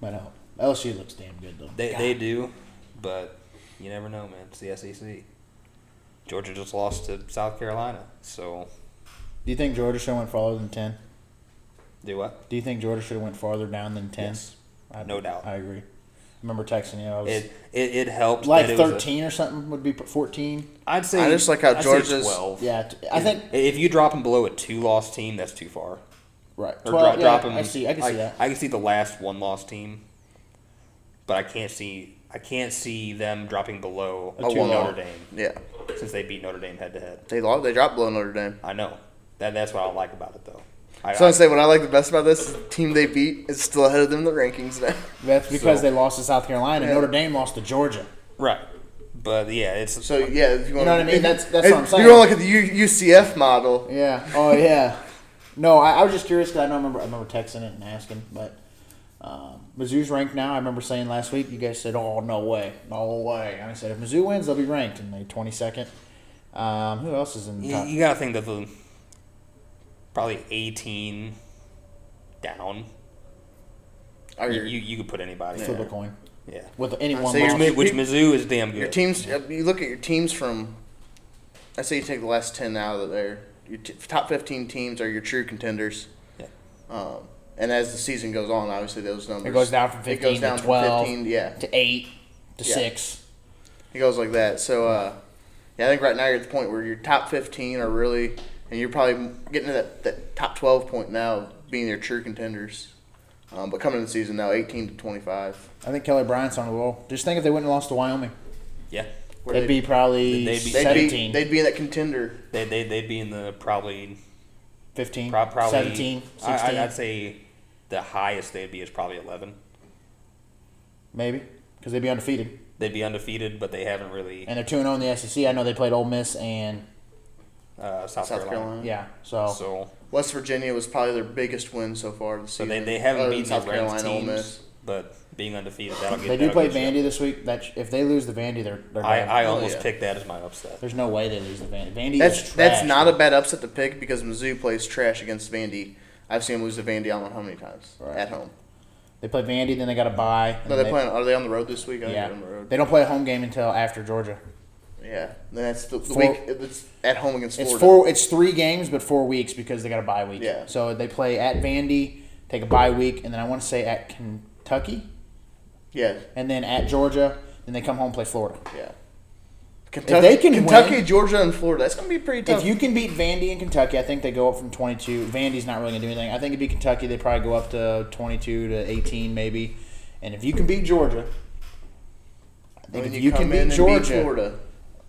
Speaker 9: But no, LSU looks damn good though.
Speaker 5: they
Speaker 9: God.
Speaker 5: they do, but you never know, man. It's the SEC. Georgia just lost to South Carolina, so
Speaker 9: Do you think Georgia should have went farther than ten?
Speaker 5: do what?
Speaker 9: Do you think Georgia should have went farther down than ten?
Speaker 5: Yes. No doubt.
Speaker 9: I agree.
Speaker 6: remember texting you. I was
Speaker 5: It it, it helped.
Speaker 6: like
Speaker 5: that it was a-
Speaker 6: thirteen or something would be fourteen.
Speaker 5: I'd say.
Speaker 4: I just like how
Speaker 5: I'd say
Speaker 4: Georgia's-
Speaker 5: 12.
Speaker 6: Yeah, t- I think
Speaker 5: If you drop them below a two loss team, that's too far.
Speaker 6: right.
Speaker 5: Or
Speaker 6: Twelve.
Speaker 5: dro-
Speaker 6: yeah,
Speaker 5: drop 'em-
Speaker 6: I see. I can see that.
Speaker 5: I can see the last one loss team, but I can't see I can't see them dropping below
Speaker 6: A two
Speaker 5: Notre
Speaker 6: loss.
Speaker 5: Dame
Speaker 4: Yeah,
Speaker 5: since they beat Notre Dame head to head.
Speaker 4: they lost. They dropped below Notre Dame.
Speaker 5: I know that that's what I like about it though. I,
Speaker 4: So I
Speaker 5: I,
Speaker 4: say what I like the best about this is the team they beat is still ahead of them in the rankings now.
Speaker 6: That's because
Speaker 5: So-
Speaker 6: they lost to South Carolina.
Speaker 4: Yeah.
Speaker 6: Notre Dame lost to Georgia.
Speaker 5: right, but yeah, it's
Speaker 4: So yeah, if you, want
Speaker 6: know what I mean? That's- that's what I'm saying.
Speaker 4: You want to look at the U- UCF model.
Speaker 6: Yeah. Oh yeah. No, I, I was just curious because I don't remember. I remember texting it and asking, but um, Mizzou's ranked now. I remember saying last week, you guys said, "Oh no way, no way." And I said, if Mizzou wins, they'll be ranked, and they twenty second. Um, who else is in the
Speaker 5: you,
Speaker 6: top?
Speaker 5: you gotta think that the probably eighteen down.
Speaker 4: Are
Speaker 5: You,
Speaker 4: your,
Speaker 5: you you could put anybody.
Speaker 6: Flip a
Speaker 5: Yeah.
Speaker 6: coin
Speaker 5: yeah.
Speaker 6: with any one
Speaker 4: So you're
Speaker 6: loss.
Speaker 4: mi-
Speaker 5: Which, which Mizzou is damn good.
Speaker 4: your teams? uh, You look at your teams from. I say you take the last ten out of there. Your t- top fifteen teams are your true contenders.
Speaker 5: Yeah.
Speaker 4: Um, and as the season goes on, obviously those numbers
Speaker 6: It goes down from
Speaker 4: it goes
Speaker 6: fifteen
Speaker 4: down
Speaker 6: to
Speaker 4: from
Speaker 6: twelve
Speaker 4: 15, yeah.
Speaker 6: to eight to
Speaker 4: Yeah.
Speaker 6: six.
Speaker 4: It goes like that. So, uh, yeah, I think right now you're at the point where your top 15 are really, and you're probably getting to that, that top 12 point now, of being your true contenders. Um, but coming into the season now, 18 to 25.
Speaker 6: I think Kelly Bryant's on a roll. Just think if they wouldn't have lost to Wyoming,
Speaker 5: Yeah,
Speaker 4: Where
Speaker 6: they'd be probably
Speaker 5: They'd be-
Speaker 4: they'd
Speaker 6: seventeen.
Speaker 4: be, they'd be in that contender.
Speaker 5: they they they'd be in the probably
Speaker 6: 15,
Speaker 5: Prob- Probably
Speaker 6: 17, 16,
Speaker 5: I, I- I'd say the highest they'd be is probably eleven.
Speaker 6: maybe, because they'd be undefeated.
Speaker 5: They'd be undefeated, but they haven't really
Speaker 6: And they're 2 0 in the SEC. I know they played Ole Miss and,
Speaker 5: uh, South,
Speaker 4: South
Speaker 5: Carolina.
Speaker 4: Carolina.
Speaker 6: yeah. So,
Speaker 5: So,
Speaker 4: West Virginia was probably their biggest win so far this
Speaker 5: so
Speaker 4: season.
Speaker 5: they, they haven't
Speaker 4: other than
Speaker 5: beaten South Carolina
Speaker 4: Ole
Speaker 5: teams,
Speaker 4: Miss.
Speaker 5: but being undefeated that'll get.
Speaker 6: they do
Speaker 5: that'll
Speaker 6: play
Speaker 5: get you.
Speaker 6: Vandy this week. That sh- If they lose the Vandy, they're, they're
Speaker 5: I,
Speaker 6: done.
Speaker 5: I almost
Speaker 4: Oh, yeah.
Speaker 5: picked that as my upset.
Speaker 6: There's no way they lose the Vandy. Vandy is
Speaker 4: That's
Speaker 6: trash.
Speaker 4: that's not a bad upset to pick because Mizzou plays trash against Vandy. I've seen them lose to Vandy. I don't know how many times
Speaker 6: Right.
Speaker 4: at home.
Speaker 6: They play Vandy, then they got a bye. and
Speaker 4: No,
Speaker 6: then
Speaker 4: they playing. Are they on the road this week? I don't know
Speaker 6: Yeah.
Speaker 4: if they're on the road.
Speaker 6: They don't play a home game until after Georgia.
Speaker 4: Yeah, then that's the, the
Speaker 6: Four-
Speaker 4: week. It's at home against
Speaker 6: It's
Speaker 4: Florida.
Speaker 6: four. It's three games, but four weeks because they got a bye week.
Speaker 4: Yeah.
Speaker 6: So they play at Vandy, take a bye week, and then I want to say at Kentucky,
Speaker 4: Yeah,
Speaker 6: and then at Georgia. Then they come home and play Florida.
Speaker 4: yeah. Kentucky,
Speaker 6: they can
Speaker 4: Kentucky,
Speaker 6: win-
Speaker 4: Georgia, and Florida. That's gonna be pretty tough.
Speaker 6: If you can beat Vandy and Kentucky, I think they go up from 22. Vandy's not really going to do anything. I think if you beat Kentucky, they probably go up to 22 to 18 maybe. And if you can beat Georgia, I
Speaker 4: I mean,
Speaker 6: think if you can
Speaker 4: come in and
Speaker 6: beat Georgia,
Speaker 4: Florida.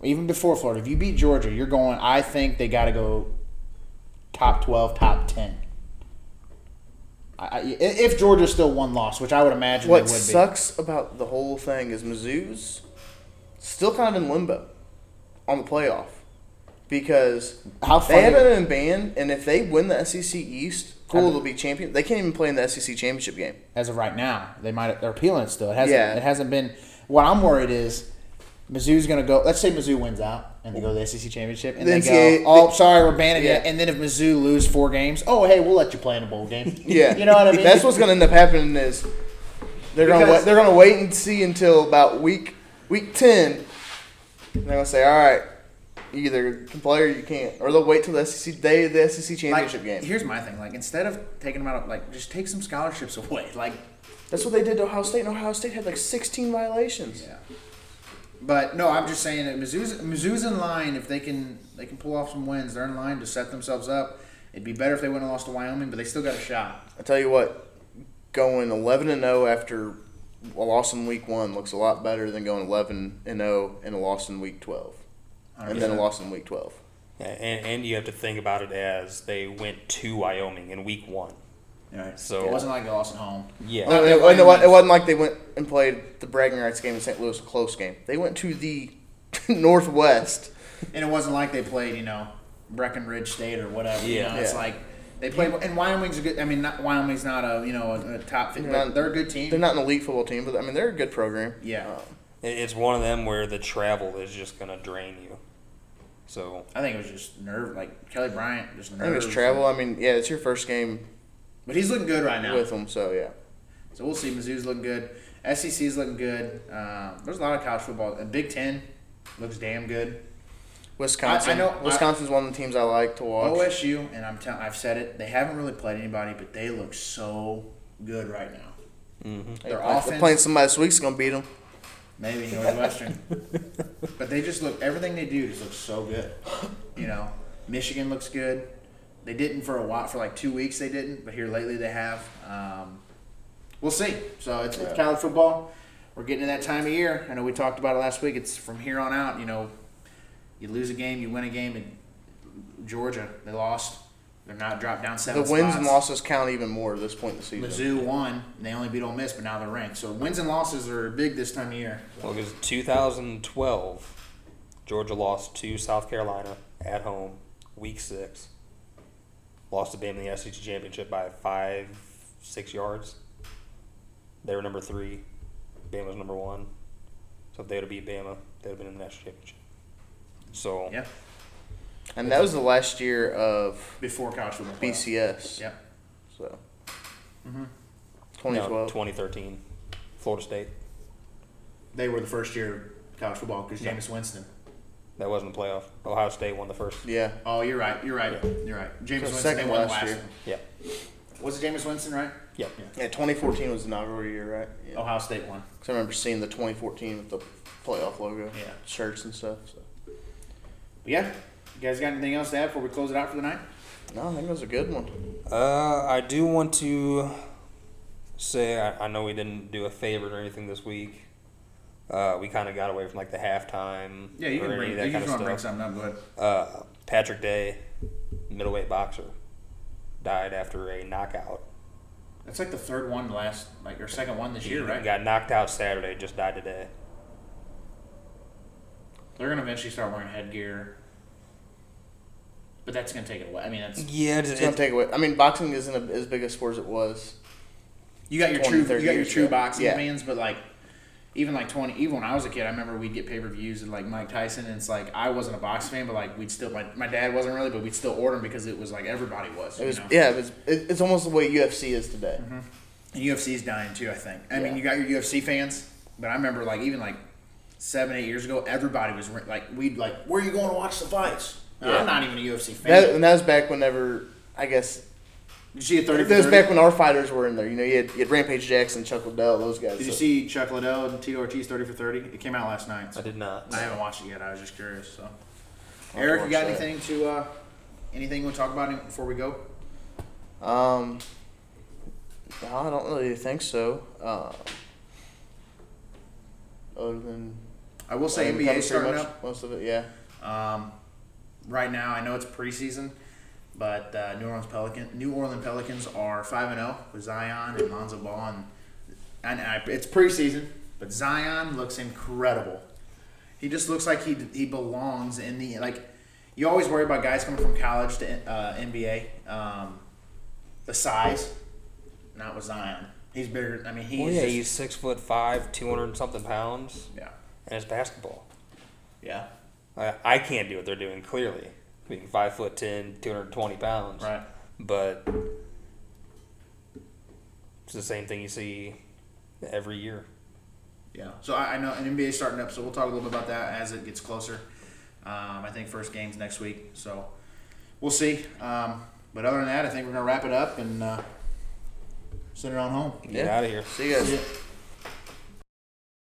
Speaker 6: even before Florida, if you beat Georgia, you're going I think they got to go top 12, top 10. I, I, i- if Georgia's still one loss, which I would imagine
Speaker 4: What
Speaker 6: they would
Speaker 4: sucks about the whole thing is Mizzou's still kind of in limbo on the playoff because
Speaker 6: be. How
Speaker 4: they
Speaker 6: funny.
Speaker 4: haven't been banned, and if they win the SEC East,
Speaker 6: I
Speaker 4: cool,
Speaker 6: bet.
Speaker 4: they'll be champion. They can't even play in the SEC championship game.
Speaker 6: as of right now. They might they're appealing it still. It hasn't
Speaker 4: Yeah.
Speaker 6: it hasn't been. What I'm worried is Mizzou's gonna go. Let's say Mizzou wins out and they go to the SEC championship and
Speaker 4: The
Speaker 6: they
Speaker 4: NCAA
Speaker 6: go. Oh, sorry, we're banning
Speaker 4: Yeah.
Speaker 6: it. And then if Mizzou lose four games, oh hey, we'll let you play in a bowl game.
Speaker 4: Yeah,
Speaker 6: you know what I mean.
Speaker 4: That's what's gonna end up happening is they're gonna
Speaker 6: Because-
Speaker 4: wait, they're gonna wait and see until about week week ten. And they're gonna say, all right, you either can play or you can't, or they'll wait till the SEC day of the SEC
Speaker 7: Like,
Speaker 4: championship game.
Speaker 7: here's my thing. Like, instead of taking them out, like, just take some scholarships away. Like,
Speaker 4: That's what they did to Ohio State, and Ohio State had like sixteen violations.
Speaker 7: yeah. But no, I'm just saying that Mizzou's, Mizzou's in line. If they can, they can pull off some wins. They're in line to set themselves up. It'd be better if they went and lost to Wyoming, but they still got a shot.
Speaker 4: I tell you what, going eleven and zero after a loss in week one looks a lot better than going eleven and zero and a loss in week twelve, and then a loss in week twelve.
Speaker 5: And, and you have to think about it as they went to Wyoming in week one.
Speaker 7: Right.
Speaker 5: So-
Speaker 7: it wasn't like they lost at home.
Speaker 5: Yeah.
Speaker 4: No,
Speaker 7: they
Speaker 4: it,
Speaker 7: played
Speaker 4: it wa-
Speaker 7: against-
Speaker 4: it wasn't like they went and played the bragging rights game in St. Louis a close game. They went to the Northwest.
Speaker 7: And it wasn't like they played, you know, Breckenridge State or whatever. You
Speaker 5: Yeah.
Speaker 7: know, it's
Speaker 4: Yeah.
Speaker 7: like they played. And Wyoming's a good. I mean, not, Wyoming's not a you know a, a top. They're,
Speaker 4: not-
Speaker 7: they're a good team.
Speaker 4: They're not an elite football team, but I mean they're a good program.
Speaker 7: Yeah.
Speaker 4: Um,
Speaker 5: It- It's one of them where the travel is just going to drain you. So
Speaker 7: I think it was just nerve. Like Kelly Bryant, just
Speaker 4: I think it's
Speaker 7: nerves.
Speaker 4: travel. I mean, yeah, it's your first game
Speaker 7: But he's looking good right now.
Speaker 4: with them, so yeah.
Speaker 7: So we'll see. Mizzou's looking good. SEC's looking good. Um, there's a lot of college football. And Big Ten looks damn good.
Speaker 4: Wisconsin.
Speaker 7: I- I know- I-
Speaker 4: Wisconsin's one of the teams I like to watch.
Speaker 7: OSU, and I'm tell- I've said it. They haven't really played anybody, but they look so good right now.
Speaker 6: Their
Speaker 4: They're
Speaker 6: offense,
Speaker 4: playing somebody this week's gonna beat them.
Speaker 6: maybe Northwestern, but they just look everything they do just looks so good. You know, Michigan looks good. They didn't for a while, for like two weeks they didn't, but here lately they have. Um, we'll see. So it's, it's college football. We're getting to that time of year. I know we talked about it last week. It's from here on out. You know, you lose a game, you win a game. And Georgia, they lost. They're not dropped down
Speaker 4: The
Speaker 6: seven.
Speaker 4: wins and
Speaker 6: spots.
Speaker 4: losses count even more at this point in the season.
Speaker 6: Mizzou won, and they only beat Ole Miss, but now they're ranked. So wins and losses are big this time of year.
Speaker 5: Well, because 2012, Georgia lost to South Carolina at home, week six. Lost to Bama in the SEC championship by five, six yards. They were number three. Bama was number one. So if they would have beat Bama, they would have been in the national championship. So
Speaker 6: Yeah,
Speaker 4: And that was the last year of
Speaker 6: before college football. playoff.
Speaker 4: BCS.
Speaker 6: Yeah, Mm-hmm.
Speaker 4: So.
Speaker 5: no,
Speaker 4: 2012.
Speaker 5: 2013, Florida State.
Speaker 6: they were the first year of college football because Jameis Winston.
Speaker 5: That wasn't a playoff. Ohio State won the first.
Speaker 4: yeah.
Speaker 6: Oh, you're right. You're right. You're right. Jameis Winston.
Speaker 4: second
Speaker 6: they won
Speaker 4: last
Speaker 6: last
Speaker 4: year.
Speaker 6: One.
Speaker 5: Yeah.
Speaker 6: Was it Jameis Winston? Right.
Speaker 5: Yeah.
Speaker 4: Yeah, 2014 was the inaugural year, right? Yeah.
Speaker 6: Ohio State won.
Speaker 4: 'Cause I remember seeing the 2014 with the playoff logo,
Speaker 6: Yeah.
Speaker 4: shirts and stuff. So.
Speaker 6: But yeah, you guys got anything else to add before we close it out for the night?
Speaker 4: No, I think that was a good one.
Speaker 5: Uh, I do want to say I, I know we didn't do a favorite or anything this week. Uh, we kind of got away from like the halftime. or any of that kind of stuff.
Speaker 6: something up. Go ahead.
Speaker 5: Uh, Patrick Day, middleweight boxer, died after a knockout.
Speaker 6: That's like the third one last, like your second one this
Speaker 5: He
Speaker 6: year, right?
Speaker 5: got knocked out Saturday. Just died today.
Speaker 6: They're gonna eventually start wearing headgear, but that's gonna take it away. I mean, that's
Speaker 5: Yeah, it's,
Speaker 4: It's gonna take away. I mean, boxing isn't a, as big a sport as it was.
Speaker 6: You got your
Speaker 4: 20,
Speaker 6: true,
Speaker 4: 30
Speaker 6: you got your
Speaker 4: years
Speaker 6: true
Speaker 4: ago.
Speaker 6: boxing
Speaker 4: Yeah.
Speaker 6: fans, but like, even like twenty, even when I was a kid, I remember we'd get pay per views and like Mike Tyson, and it's like I wasn't a box fan, but like we'd still, my, my dad wasn't really, but we'd still order them because it was like everybody was.
Speaker 4: It was
Speaker 6: you know?
Speaker 4: yeah. It was, it, it's almost the way UFC is today.
Speaker 6: Mm-hmm. And UFC's dying too, I think. I mean,
Speaker 4: Yeah.
Speaker 6: you got your UFC fans, but I remember like even like seven, eight years ago, everybody was re- like, we'd like, where are you going to watch the fights? And I'm not even a UFC fan.
Speaker 4: That, and that was back whenever I guess
Speaker 6: Did you see a thirty?
Speaker 4: that
Speaker 6: for
Speaker 4: was
Speaker 6: 30?
Speaker 4: back when our fighters were in there. You know, you had, you had Rampage Jackson, Chuck Liddell, those guys.
Speaker 6: Did you
Speaker 4: So-
Speaker 6: see Chuck Liddell and T. Ortiz thirty for thirty? It came out last night. so-
Speaker 5: I did not.
Speaker 6: I haven't watched it yet. I was just curious. So,
Speaker 4: have to
Speaker 6: Eric, you
Speaker 4: watch
Speaker 6: got
Speaker 4: that.
Speaker 6: anything to uh, anything you want to talk about before we go?
Speaker 4: Um, no, I don't really think so. Uh, other than
Speaker 6: I will
Speaker 4: I
Speaker 6: say
Speaker 4: mean, we
Speaker 6: NBA
Speaker 4: covered pretty
Speaker 6: starting
Speaker 4: much
Speaker 6: up
Speaker 4: most of it. Yeah,
Speaker 6: right now. I know it's preseason, but uh, New Orleans Pelican, New Orleans Pelicans are five and zero with Zion and Lonzo Ball, and and I, it's preseason, but Zion looks incredible. He just looks like he he belongs in the like. You always worry about guys coming from college to uh, NBA. Um, the size, not with Zion. He's bigger. I mean, he's
Speaker 5: Well, yeah,
Speaker 6: just-
Speaker 5: he's six foot five, two hundred and something pounds,
Speaker 6: yeah,
Speaker 5: and it's basketball.
Speaker 6: yeah,
Speaker 5: I, I can't do what they're doing. Clearly, being five foot ten, two hundred twenty pounds.
Speaker 6: right.
Speaker 5: but it's the same thing you see every year.
Speaker 6: Yeah. So I, I know an NBA starting up, so we'll talk a little bit about that as it gets closer. Um, I think first game's next week, so we'll see. Um, but other than that, I think we're gonna wrap it up and uh, send it on home.
Speaker 5: Get
Speaker 4: Yeah.
Speaker 5: out of here.
Speaker 4: see you guys.